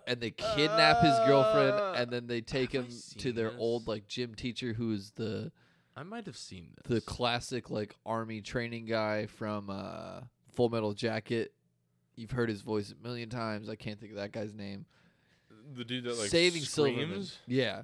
And they kidnap his
Uh,
girlfriend, and then they take
have I
him to their
seen
old
this?
like gym teacher, who is the
I might have seen
the
this.
classic like army training guy from uh, Full Metal Jacket. You've heard his voice a million times. I can't think of that guy's name.
the dude that like
Saving Silverman.
screams.
Yeah,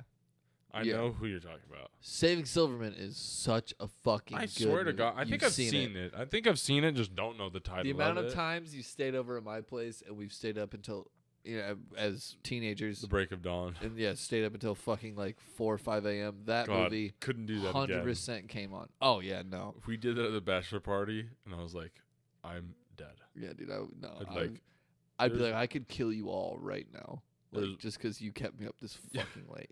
I
Yeah.
know who you're talking about.
Saving Silverman is such a fucking.
I
good
swear to
movie.
God, I
You've
think I've
seen,
seen, it. I think I've seen it. Just don't know the title.
the amount of
it.
times you stayed over at my place and we've stayed up until you know as teenagers
The break of dawn.
and yeah stayed up until fucking like 4 or 5 a.m that
God,
movie
couldn't do that again.
100% came on oh yeah no
If we did that at the bachelor party, and I was like, I'm dead.
yeah dude i would no
I'd
I
like,
would- I'd be
there's-
like i could kill you all right now
There's-
like, just because you kept me up this
Yeah.
fucking late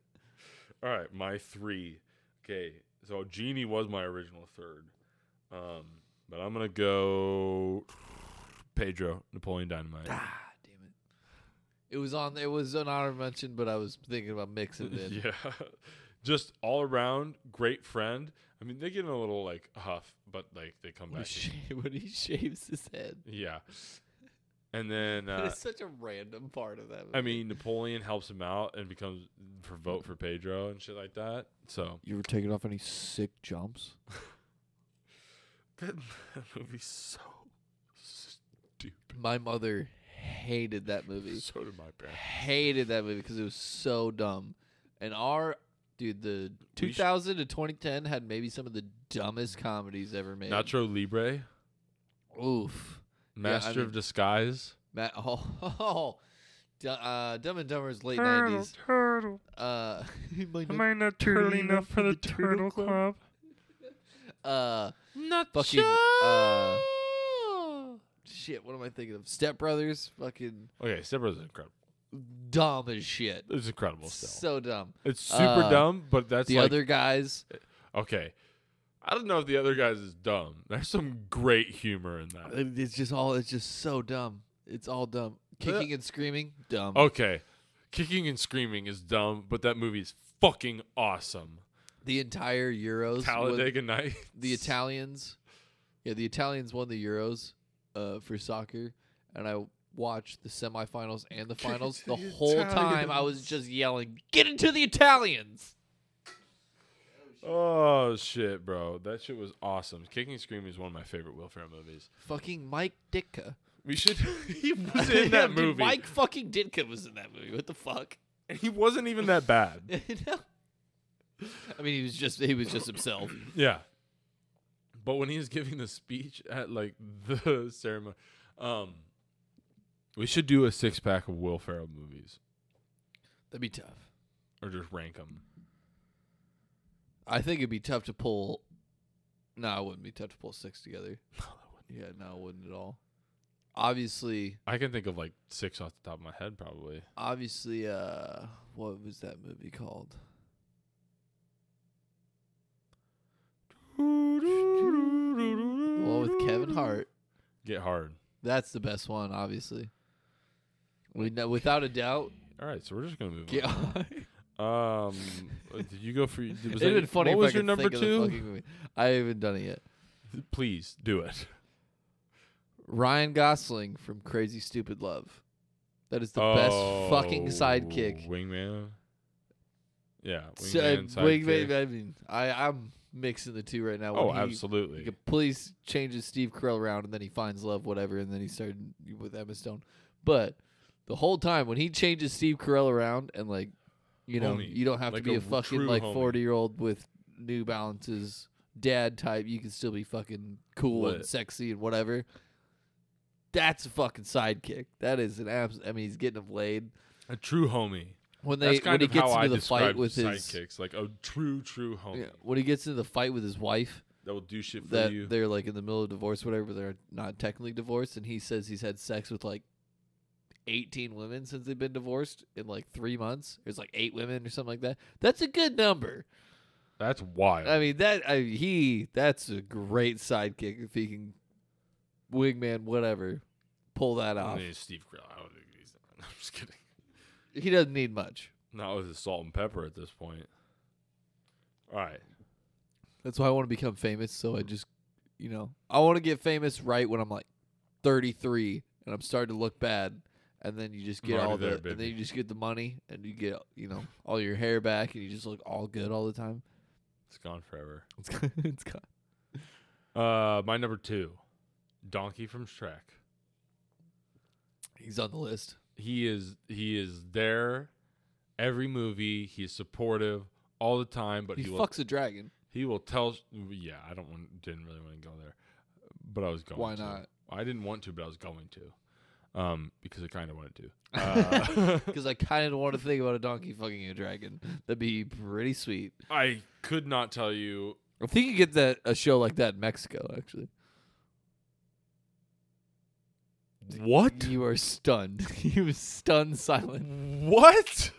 All right, my three. Okay, so Genie was my original third, um, but I'm gonna go Pedro Napoleon Dynamite.
ah damn it it was on it was an honor mention but i was thinking about mixing it in
yeah, just all around great friend. I mean, they get in a little like huff, but like they come
when, he
back.
sha- when he shaves his head
Yeah, and then
That
uh,
is such a random part of that.
I
movie.
mean Napoleon helps him out and becomes for vote for Pedro and shit like that. So
you were taking off any sick jumps?
that movie's so stupid.
My mother hated that movie.
So did my parents.
Hated that movie because it was so dumb. And our dude, the
We sh-
2000 to 2010 had maybe some of the dumbest comedies ever made.
Nacho Libre,
Oof.
Master of
mean-
Disguise.
Matt, oh, Du- uh, Dumb and Dumber's late
turtle,
90s.
turtle.
Uh, you might
Am
know-
I not turtle enough for the turtle club?
uh,
Not
fucking uh, shit. What am I thinking of? Step Brothers, fucking
Okay, Step Brothers is incredible.
dumb as shit.
It's incredible still.
So dumb.
it's super
uh,
dumb, but that's
the
like
other guys,
okay. I don't know if the other guys is dumb. There's some great humor in that.
it- uh, it's just all. It's just so dumb. It's all dumb.
Uh,
Kicking and screaming, dumb.
Okay, kicking and screaming is dumb, but that movie's fucking awesome.
The entire Euros, won,
Talladega Night.
the Italians, yeah, the Italians won the Euros, uh, for soccer, and I watched the semifinals and the finals. The
the
whole time I was just yelling, "Get into the Italians!"
Oh shit, bro, that shit was awesome. Kicking and screaming is one of my favorite Will Ferrell movies.
Fucking Mike Ditka.
We should. he was in that
Dude,
movie.
Mike fucking Ditka was in that movie. What the fuck?
and he wasn't even that bad.
No. I mean, he was just he was just himself.
Yeah. But when he was giving the speech at like the ceremony, um, we should do a six pack of Will Ferrell movies
That'd be tough.
or just rank them.
I think it'd be tough to pull. No, it wouldn't be tough to pull six together. Yeah, no, it wouldn't at all. Obviously,
I can think of like six off the top of my head, probably.
obviously, uh, what was that movie called? The one with Kevin Hart.
Get hard.
That's the best one, obviously. We know without a doubt.
All right, so we're just gonna move
Yeah.
on. Um, did you go for? Was
It'd
that-
been funny
What was
if I
your
could
number
think of the
two?
fucking movie. I haven't done it yet.
Please do it.
Ryan Gosling from Crazy Stupid Love. That is the best fucking
Oh,
sidekick.
Wingman. Yeah,
So,
wingman.
wingman,
sidekick.
I mean, I, I'm mixing the two right now. When
Oh,
he-
absolutely.
He completely changes Steve Carell around, and then he finds love, whatever, and then he started with Emma Stone. But the whole time when he changes Steve Carell around, and like, you know,
Homie.
you don't have
Like
to be
a
a, fucking
true
like
homie.
forty year old with New Balances dad type. You can still be fucking cool and
Lit.
sexy and whatever. That's a fucking sidekick. That is an abs. I mean, he's getting him laid
A true homie.
when they
That's kind
when he
of
gets
how I
into the fight
describe
with his
sidekicks, like a true, true homie
yeah, when he gets into the fight with his wife.
that will do shit for
that
you.
they're like in the middle of divorce, whatever. They're not technically divorced, and he says he's had sex with like eighteen women since they've been divorced in like three months. It's like eight women or something like that. That's a good number.
That's wild.
I mean, that I he that's a great sidekick if he can wingman whatever pull that
I
off.
mean, Steve Carell. I don't think he's. I'm just kidding.
He doesn't need much.
Not with his salt and pepper at this point. All right.
That's why I want to become famous. So I just, you know, I want to get famous right when I'm like 33 and I'm starting to look bad. And then you just
I'm
get
already
all
there,
the, and then
baby.
you just get the money, and you get, you know, all your hair back, and you just look all good all the time.
It's gone forever.
It's kind, it's kind.
Uh, my number two, Donkey from Shrek.
He's on the list.
He is he is there, every movie. He's supportive all the time, but
he
he, will
fucks a dragon.
he will tell. Yeah, I don't want didn't really want to go there, but I was going.
Why
to.
not?
I didn't want to, but I was going to, um, because I kind of wanted to. Uh,
Because I kind of want to think about a donkey fucking a dragon. That'd be pretty sweet.
I could not tell you.
I think you get that a show like that in Mexico. Actually,
What?
you are stunned. you was stunned silent.
What?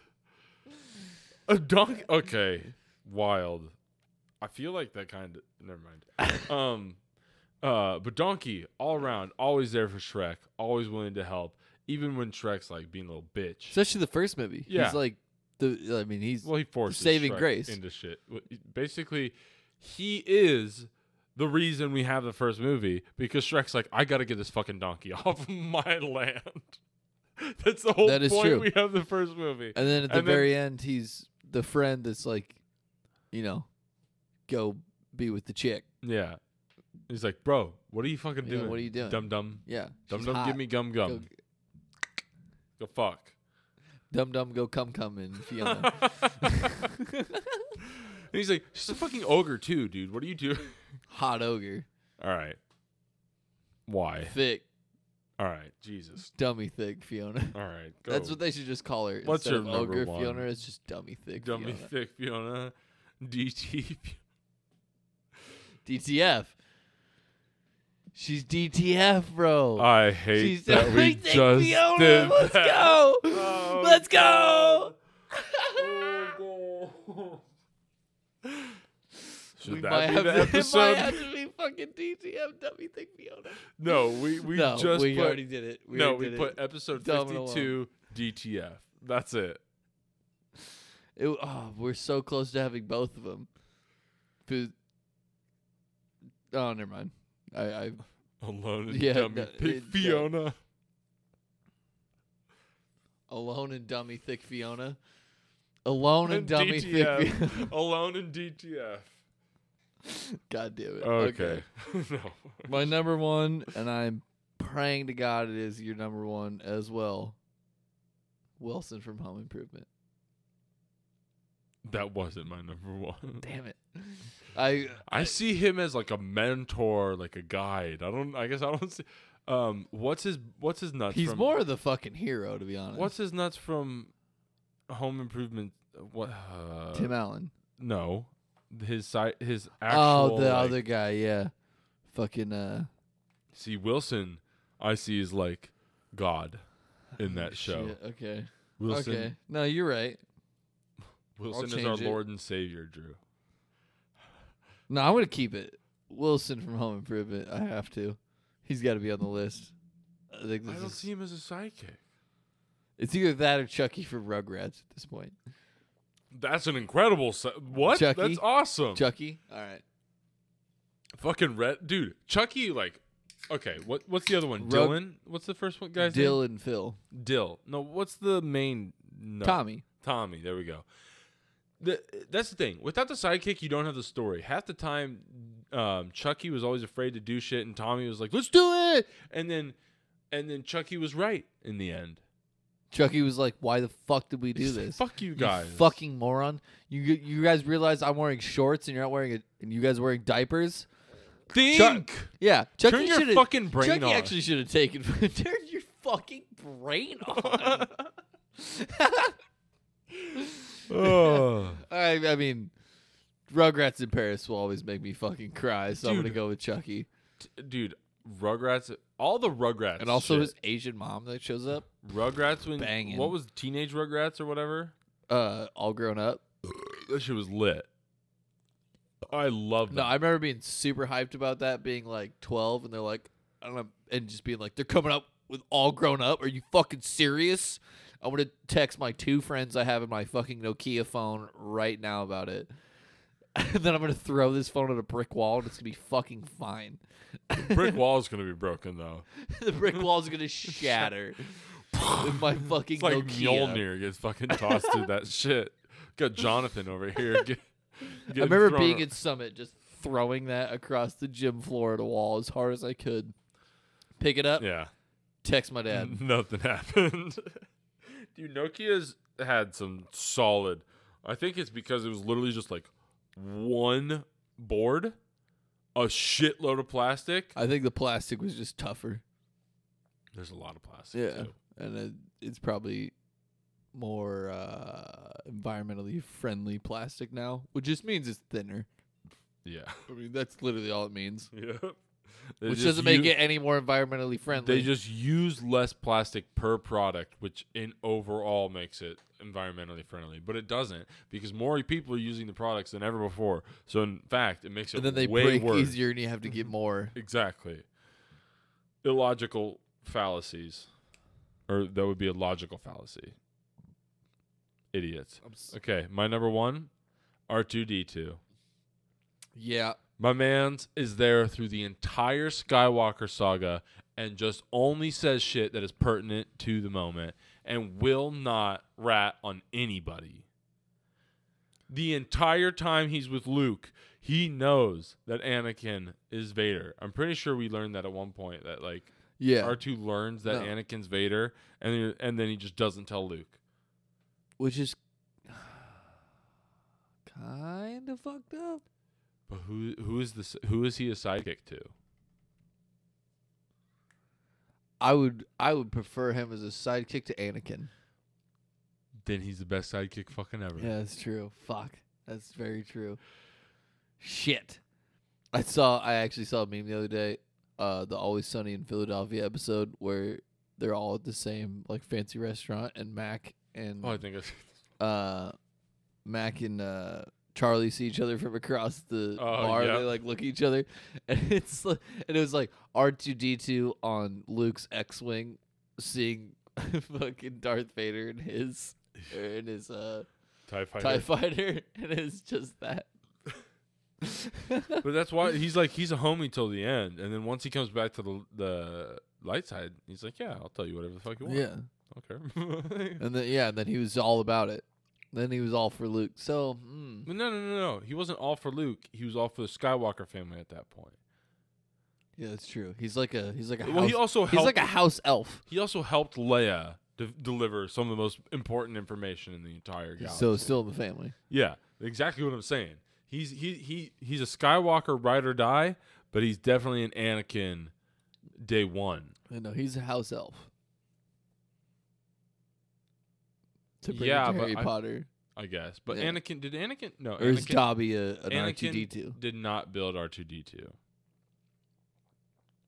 A donkey? Okay, wild. I feel like that kind of. Never mind. Um, uh, but donkey all around, always there for Shrek, always willing to help, even when Shrek's like being a little bitch.
Especially the first movie.
Yeah.
He's like the I mean he's
well, he forces
saving
Shrek
grace.
into shit. Wh- Basically, he is the reason we have the first movie because Shrek's like, I got to get this fucking donkey off my land. That's the whole
That is
point
true.
we have the first movie.
And then at the
And then-
very end, he's the friend that's like, you know, go be with the chick.
yeah. He's like, bro, what are you fucking
Yeah,
doing?
what are you doing?"
Dum dum.
Yeah.
Dum
she's
dum,
hot.
give me gum gum. Go, fuck.
Dum dum, go come come and Fiona.
And he's like, she's a fucking ogre too, dude. What are you doing?
Hot ogre,
All right. Why?
thick,
All right. Jesus.
dummy thick Fiona.
All right. Go.
That's what they should just call her.
What's
Instead
her
of
number
ogre
one?
Fiona? It's just dummy thick.
Dummy
Fiona.
thick Fiona. DT.
DTF. She's DTF, bro.
I hate
She's
that we
everything,
just
Fiona.
did
Let's
that.
go.
Oh,
Let's go.
Oh, God. Should
we
that
might
be
have
the
to,
episode?
It might have to be fucking DTF dummy thick Fiona.
No, we we
no,
just
we
put,
already did it. We
no,
already
we
did
put
it.
episode
Dumb and
fifty-two DTF. That's it.
It, oh, we're so close to having both of them. Food. Oh, never mind. I, I
Alone and
Yeah,
dummy
no,
thick
it-
Fiona.
alone and dummy thick Fiona. Alone and,
And
dummy thick
DTF.
Fiona.
Alone in DTF.
God damn it.
Okay. no.
My number one, and I'm praying to God it is your number one as well. Wilson from Home Improvement.
That wasn't my number one.
Damn it. I
I see him as like a mentor, like a guide. I don't. I guess I don't see. Um, what's his What's his nuts?
he's
from,
more of the fucking hero to be honest.
What's his nuts from Home Improvement? What? Uh,
Tim Allen?
no, his side. His actual.
Oh, the
like-
other guy, yeah. Fucking uh
See Wilson, I see is like God in that show.
shit, Okay.
Wilson.
Okay. No, you're right.
Wilson is
change
our
it.
Lord and Savior, Drew.
No, I'm gonna keep it. Wilson from Home Improvement. I have to. He's got to be on the list. I think
I
this
don't
is,
see him as a sidekick.
it's either that or Chucky from Rugrats at this point.
That's an incredible. Si- what?
Chucky?
That's awesome.
Chucky. All right.
Fucking red, dude. Chucky, like, okay. What? What's the other one?
Rug-
Dylan. What's the first one, guys?
Dill and Phil.
Dill. No. What's the main? No.
Tommy.
Tommy. There we go. The, that's the thing. Without the sidekick, you don't have the story. Half the time, um, Chucky was always afraid to do shit, and Tommy was like, "Let's do it," and then, and then Chucky was right in the end.
Chucky was like, "Why the fuck did we do
He's like,
this?
Fuck you
You
guys.
fucking moron! You you guys realize I'm wearing shorts and you're not wearing it, and you guys are wearing diapers?
think.
Yeah, E Chucky
Turn your
shoulda-
fucking brain
Chucky
on.
actually should have taken. Turn your fucking brain on.
Ugh.
I I mean, Rugrats in Paris will always make me fucking cry, so I'm gonna
Dude.
go with E. Chucky.
T- dude, Rugrats. All the Rugrats.
And also
shit.
his Asian mom that shows up,
Rugrats when
Bangin'.
what was it, teenage Rugrats or whatever?
uh, all grown up.
That shit was lit. I love
No,
that.
I remember being super hyped about that, being like 12, and they're like, I don't know, and just being like, they're coming up with all grown up. Are you fucking serious? I want to text my two friends I have in my fucking Nokia phone right now about it. And then I'm going to throw this phone at a brick wall, and it's going to be fucking fine.
Brick wall's gonna be broken though.
the brick wall's going to shatter with my fucking
It's like
Nokia.
Mjolnir gets fucking tossed through that shit. Got Jonathan over here. Get,
I remember being at Summit, just throwing that across the gym floor at a wall as hard as I could. Pick it up,
yeah.
text my dad.
Nothing happened. Dude, Nokia's had some solid. I think it's because it was literally just like one board, a shitload of plastic.
I think the plastic was just tougher,
There's a lot of plastic.
Yeah.
too.
and it, it's probably more uh, environmentally friendly plastic now, which just means it's thinner.
Yeah.
I mean, that's literally all it means,
Yep.
which doesn't make it any more environmentally friendly.
They just use less plastic per product, which in overall makes it environmentally friendly. But it doesn't because more people are using the products than ever before. So in fact, it makes it
and then they
way
break
worse. Mm-hmm.
easier, and you have to get more.
Exactly. Illogical fallacies, or that would be a logical fallacy. Idiots. Okay, my number one, R two D two.
Yeah,
My man's is there through the entire Skywalker saga and just only says shit that is pertinent to the moment and will not rat on anybody. The entire time he's with Luke, he knows that Anakin is Vader. I'm pretty sure we learned that at one point that like
Yeah.
R2 learns that
No.
Anakin's Vader and then- and then he just doesn't tell Luke.
which is kind of fucked up.
But who who is this who is he a sidekick to?
I would I would prefer him as a sidekick to Anakin.
Then he's the best sidekick fucking ever.
Yeah, that's true. Fuck. That's very true. Shit. I saw I actually saw a meme the other day, uh the Always Sunny in Philadelphia episode where they're all at the same like fancy restaurant and Mac and
Oh, I think I s-
uh Mac and uh Charlie see each other from across the
Oh,
bar.
yeah.
They like look at each other, and it's li- and it was like R two D two on Luke's X wing, seeing fucking Darth Vader and his or in his uh
Tie Fighter.
Tie Fighter, and it's just that.
But that's why he's like he's a homie till the end, and then once he comes back to the the light side, he's like, "Yeah, I'll tell you whatever the fuck you want.
yeah,
I don't care."
and then yeah, and then he was all about it. Then he was all for Luke. So mm,
but no, no, no, no. He wasn't all for Luke. He was all for the Skywalker family at that point.
yeah, that's true. He's like a he's like a
Well,
house,
he also
he's
helped.
like a house elf.
he also helped Leia de- deliver some of the most important information in the entire galaxy.
So still in the family.
yeah, exactly what I'm saying. He's he he he's a Skywalker ride or die, but he's definitely an Anakin day one.
I know he's a house elf. To bring
Yeah,
it to
but
Harry
I-
Potter,
I guess, but
Yeah.
Anakin did Anakin no
or is
Anakin
Dobby a, an R
Anakin
two D two?
did not build R two D two.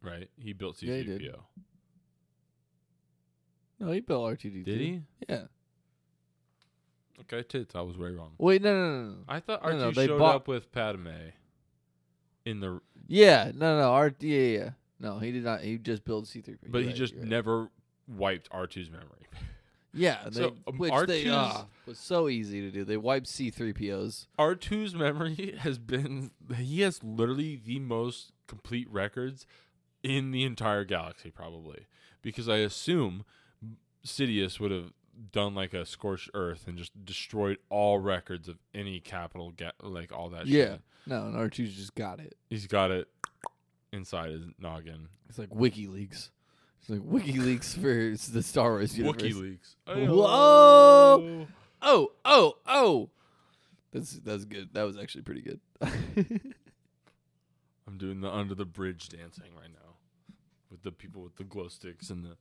Right, he built C
Yeah, he
three
did.
PO.
No, he built R two D two.
Did he?
Yeah.
Okay, tits. I was way wrong.
Wait, no, no, no, no.
I thought
No,
R two
no, they
showed
bought-
up with Padme. In the,
Yeah, no, no, R. Yeah, yeah, yeah. No, he did not. He just built C three.
but he just never wiped R 2s memory.
Yeah, they,
So, um,
which they
R2's
ah, was so easy to do. They wiped C three POs.
R 2s memory has been he has literally the most complete records in the entire galaxy, probably because I assume Sidious would have done like a scorched earth and just destroyed all records of any capital, ga- like all that.
Yeah,
shit.
no, and R 2s just got it.
he's got it inside his noggin.
It's like WikiLeaks. It's like WikiLeaks for the Star Wars universe.
WikiLeaks.
Whoa! Oh, oh, oh. That's that's good. That was actually pretty good.
I'm doing the under the bridge dancing right now with the people with the glow sticks and the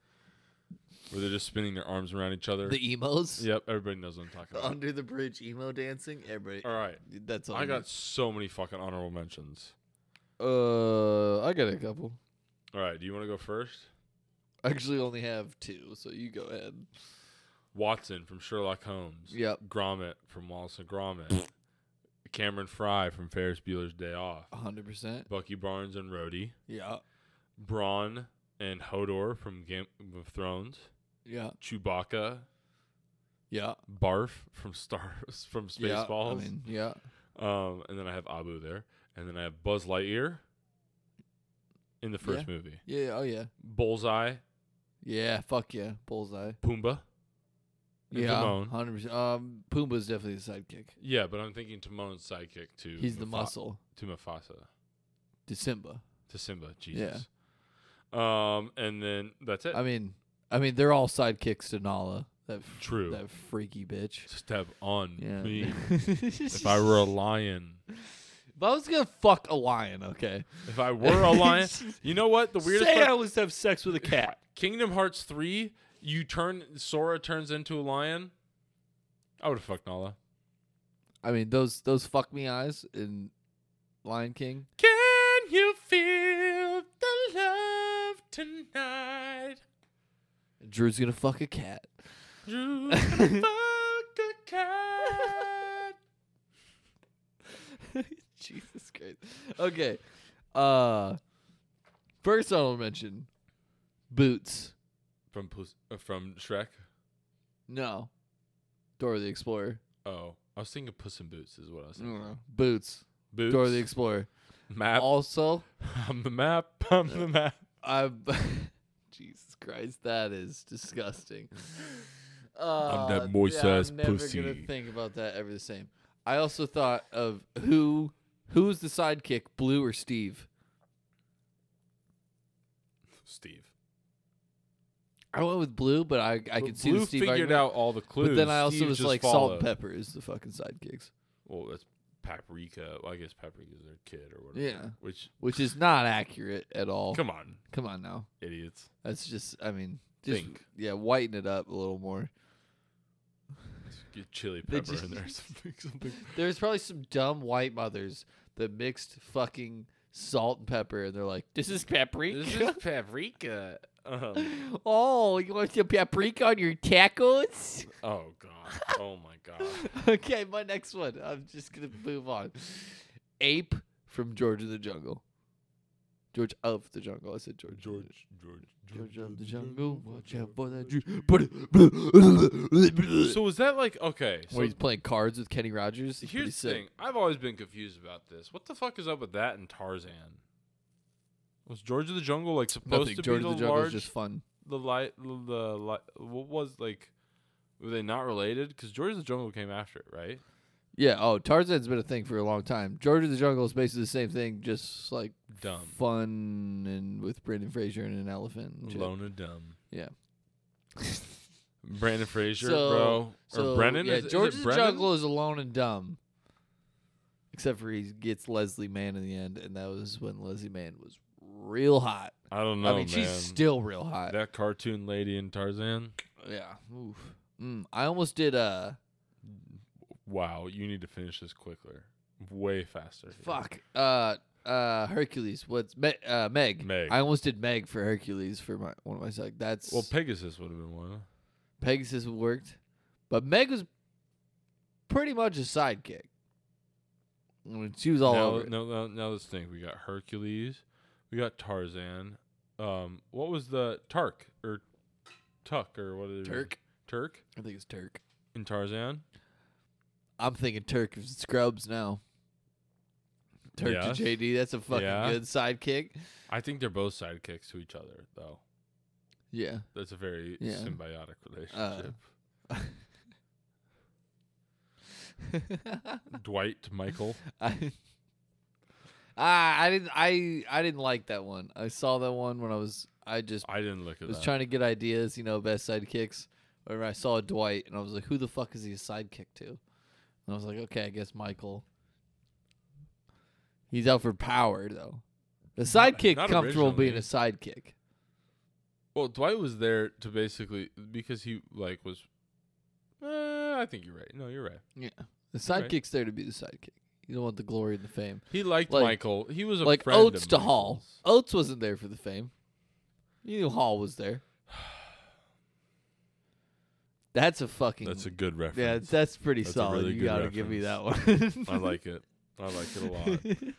where they're just spinning their arms around each other.
the emos.
Yep, everybody knows what I'm talking about.
Under the bridge emo dancing. Everybody.
All right.
That's all.
I got so many fucking honorable mentions.
Uh, I got a couple.
All right, do you want to go first?
I actually only have two, so you go ahead.
Watson from Sherlock Holmes.
Yep.
Gromit from Wallace and Gromit. Cameron Fry from Ferris Bueller's Day Off.
hundred percent.
Bucky Barnes and Rhodey.
Yeah.
Braun and Hodor from Game of Thrones.
Yeah.
Chewbacca.
Yeah.
Barf from Star from
yeah.
Spaceballs.
I mean, yeah.
Um, and then I have Abu there, and then I have Buzz Lightyear in the first movie.
Yeah. Oh yeah.
Bullseye,
Yeah. Fuck yeah. Bullseye.
Pumbaa. and
Yeah.
Timon.
Hundred percent. Um, Pumbaa's definitely the sidekick.
Yeah, but I'm thinking Timon's sidekick to
He's the
Mufa-
muscle
to Mufasa
to Simba.
to Simba. Jesus. Um, and then that's it.
I mean, I mean, they're all sidekicks to Nala. That f-
True.
That freaky bitch.
Step on
Yeah.
me. if I were a lion,
If I was gonna fuck a lion, okay.
if I were a lion, you know what? The weirdest
Say
part-
I was to have sex with a cat.
Kingdom Hearts three, you turn Sora turns into a lion. I would have fucked Nala.
I mean, those those fuck me eyes in Lion King.
Can you feel the love tonight?
Drew's gonna fuck a cat.
Drew can fuck a cat.
Jesus Christ. Okay. Uh, first I'll mention Boots.
From Pus- uh, from Shrek.
No, Dora the Explorer.
Oh, I was thinking Puss in Boots is what I was thinking.
No, Boots.
Boots.
Dora Mm. the Explorer.
Map.
Also,
I'm the map. I'm the map.
I Jesus Christ, that is disgusting. Uh,
that moist-ass
I'm never gonna
pussy.
think about that ever the same. I also thought of who who's the sidekick, Blue or Steve?
Steve.
I went with Blue, but I I could see the
Blue
Steve
figured
argument.
out all the clues.
But then I also
Steve
was
just
like, Salt
followed.
and Pepper is the fucking sidekicks,
Well, that's Paprika. Well, I guess Paprika's their kid or whatever.
Yeah.
Which,
which is not accurate at all. Come,
come on,
on now,
idiots.
that's just I mean, just
Think.
yeah, whiten it up a little more.
Just Get chili
They
pepper
just-
in there. or Something, something.
There's probably some dumb white mothers that mixed fucking salt and pepper, and they're like, "This is paprika."
paprika. Um,
oh, you want some paprika on your tacos?
oh god. Oh my god.
okay, my next one. I'm just gonna move on. Ape from George of the Jungle. George of the Jungle. I said George.
George. George.
George of the Jungle. Watch out for that Jew.
So was that like okay? So
Where he's playing cards with Kenny Rogers. It's pretty
here's the
sick.
thing. I've always been confused about this. What the fuck is up with that and Tarzan? Was George of the Jungle like supposed
Nothing.
to
George
be
of
the,
the Jungle
large
is just fun.
the light the light what was like were they not related because george of the jungle came after it right
Yeah. Oh, Tarzan's been a thing for a long time. George of the Jungle is basically the same thing, just like
dumb
fun and with Brandon Fraser and an elephant. And shit.
lona dumb
Yeah.
brandon fraser
So-
bro or brennan
Yeah,
is, is
George
it
of the
Brennan?
Jungle is alone and dumb. Except for he gets Leslie Mann in the end, and that was when Leslie Mann was real hot.
i don't know
I mean,
Oh, man.
she's still real hot.
that cartoon lady in tarzan
yeah. Oof. Mm, I almost did uh
wow you need to finish this quicker way faster here.
fuck uh uh Hercules. What's Me- uh, Meg?
Meg.
I almost did Meg for Hercules for my one of my side. That's
well pegasus would have been one
Pegasus worked, but Meg was pretty much a sidekick. I mean, she was all
now,
over. it.
now, now, now let's think we got hercules we got tarzan um what was the tark or tuck or what is it
Turk.
turk
I think it's Turk.
in tarzan
I'm thinking Turk of Scrubs now. Turk
Yes.
to JD. That's a fucking
Yeah.
good sidekick.
I think they're both sidekicks to each other, though.
Yeah.
That's a very
Yeah. Uh.
symbiotic relationship. Dwight Michael.
I, I I didn't I I didn't like that one. I saw that one when I was I just
I didn't look at
was
that.
trying to get ideas, you know, best sidekicks. Whenever I saw Dwight and I was like, who the fuck is he a sidekick to? And I was like, okay, I guess Michael. He's out for power though. The sidekick
not
comfortable being a
originally.
sidekick.
well, Dwight was there to basically because he like was. Uh, I think you're right. No, you're right.
Yeah. The
Right.
sidekick's there to be the sidekick. You don't want the glory and the fame.
He liked
Like-
Michael. He was a
like
friend
Oates
of
to Hall.
Michael's.
Oates wasn't there for the fame. You knew Hall was there. That's a fucking
That's a good
yeah.
reference.
That's pretty
That's a
solid.
really
you
good
gotta give me that
reference.
one.
I like it. I like it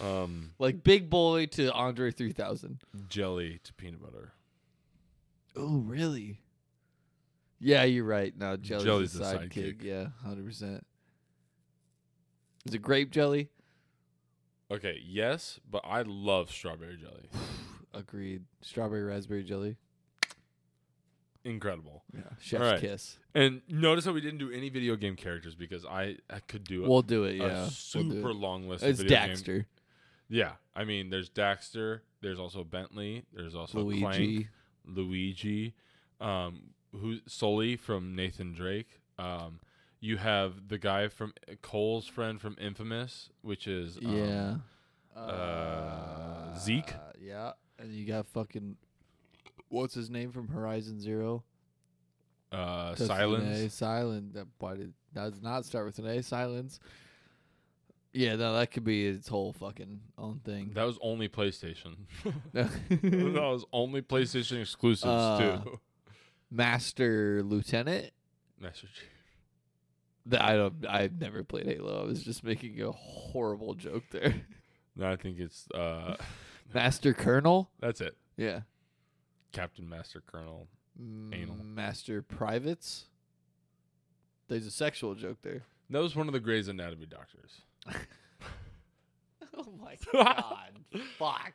a lot. Um,
like Big Boy to Andre three thousand.
jelly to peanut butter.
Oh really? Yeah, you're right. No, jelly's,
Jelly's
a
the
sidekick.
sidekick.
Yeah, hundred percent. Is it grape jelly?
Okay, yes, but I love strawberry jelly.
Agreed. Strawberry raspberry jelly.
Incredible.
Yeah. Chef's
Alright.
kiss.
And notice how we didn't do any video game characters because I, I could do
We'll do it. Yeah.
a
We'll do
super
it.
long list.
It's
of video game-
Daxter.
Yeah, I mean, there's Daxter. There's also Bentley. There's also Clank,
Luigi.
Luigi, um, who Sully from Nathan Drake. Um, you have the guy from Cole's friend from Infamous, which is um,
yeah.
uh, Zeke?
Yeah. And you got fucking what's his name from Horizon Zero?
uh,
That's with an A,
Silence.
Silent. That why did that does not start with an A. Silence. Yeah, no, that could be its whole fucking own thing.
That was only PlayStation. that was only PlayStation exclusives
Uh,
too.
Master Lieutenant.
Master Chief.
That I don't. I've never played Halo. I was just making a horrible joke there.
No, I think it's uh,
Master Colonel.
that's it.
Yeah.
Captain, Master, Colonel. Anal.
Mm, Master Privates. There's a sexual joke there.
That was one of the Grey's Anatomy doctors.
Oh my god. Fuck.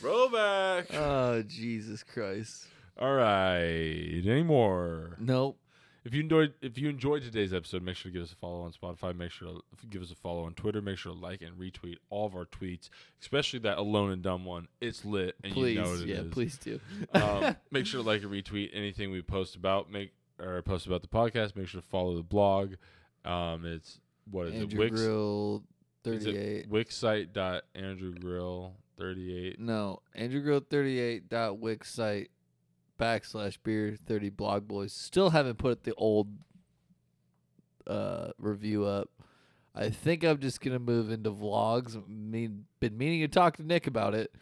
Throwback.
Oh Jesus Christ.
All right. Any more?
Nope.
If you enjoyed if you enjoyed today's episode, make sure to give us a follow on Spotify. Make sure to f- give us a follow on Twitter. Make sure to like and retweet all of our tweets, especially that alone and dumb one. It's lit, and
please.
you know what it
yeah,
is.
please do.
um, make sure to like and retweet anything we post about make or post about the podcast. Make sure to follow the blog. Um, it's what is it?
Andrew
Wix
Grill
is it
thirty eight.
Wixsite dot Andrew Grill thirty eight.
No, Andrew Grill thirty eight dot Wix site backslash beer thirty blog boys. Still haven't put the old uh review up. I think I'm just gonna move into vlogs. Mean been meaning to talk to Nick about it.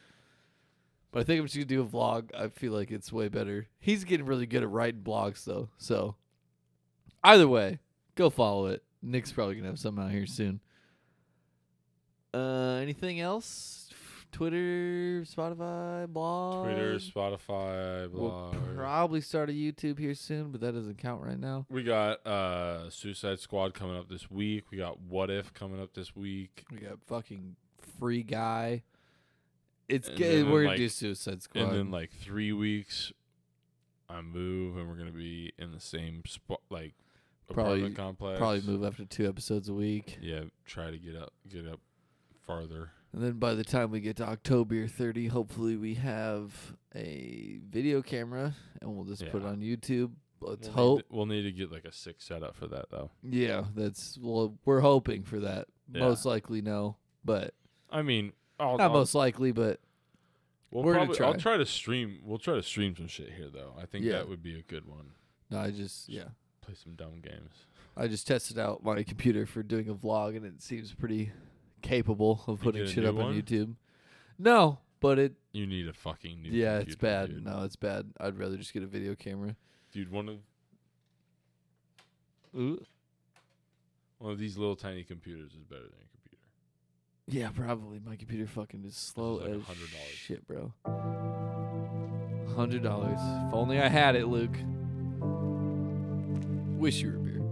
But I think I'm just gonna do a vlog. I feel like it's way better. He's getting really good at writing blogs though, so either way, go follow it. Nick's probably gonna have something out here soon. Uh, anything else? Twitter, Spotify, blog.
Twitter, Spotify,
Um, We'll
blog.
probably start a YouTube here soon, but that doesn't count right now.
we got uh Suicide Squad coming up this week. We got What If coming up this week.
We got fucking free guy. It's
And
gay.
then,
We're gonna
like-
do Suicide Squad.
And then like three weeks I move and we're gonna be in the same spot like
Probably-
apartment complex.
probably move after two episodes a week,
Yeah, try to get up get up farther.
and then by the time we get to October thirty, hopefully we have a video camera, and we'll just put it
Yeah.
on YouTube. Let's
We'll
hope.
Need to, we'll need to get like a sick setup for that though.
Yeah, that's well, we're hoping for that.
Yeah.
Most likely, no, but
I mean, I'll,
not
I'll,
most likely, but
we'll
we're gonna
probably, I'll
try.
try to stream. We'll try to stream some shit here though. I think
Yeah.
that would be a good one.
no, I just yeah,
Play some dumb games.
I just tested out my computer for doing a vlog, and it seems pretty capable of
You
putting
did a
shit
new
up on
one?
YouTube. No, but it
You need a fucking new
yeah, it's
computer,
bad.
dude.
No, it's bad. I'd rather just get a video camera.
Dude, one of
Ooh.
one of these little tiny computers is better than a computer.
Yeah, probably. My computer fucking is slow
is like
as
$100.
shit, bro. Hundred dollars. If only I had it, Luke. Wish you were a beer.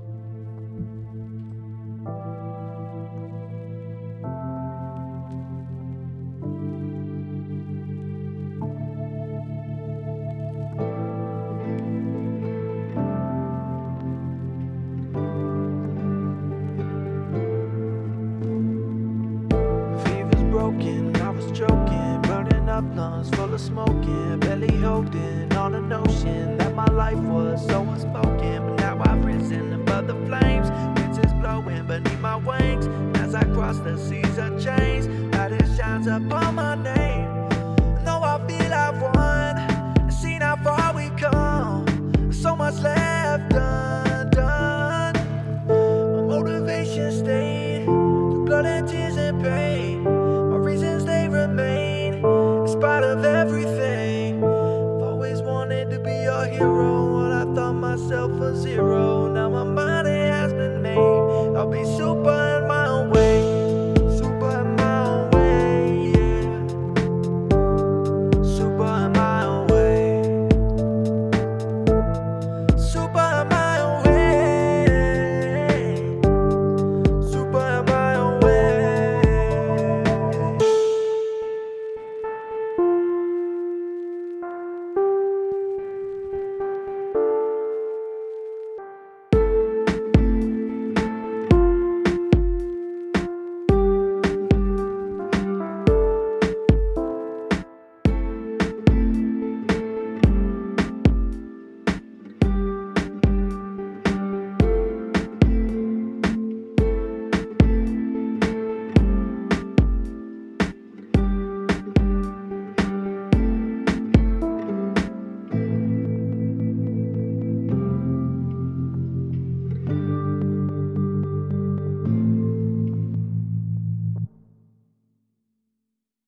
Fever's broken, I was choking, burning up lungs full of smoking, barely holding on the notion that my life was so unspoken. But now I've risen above the flames, winds is blowing beneath my wings. As I cross the seas of change, light it shines upon my name. Though I feel I've won, seen how far we've come. So much left undone. My motivation stayed through blood and tears and pain. My reasons they remain in spite of everything. I've always wanted to be a hero, but I thought myself a zero.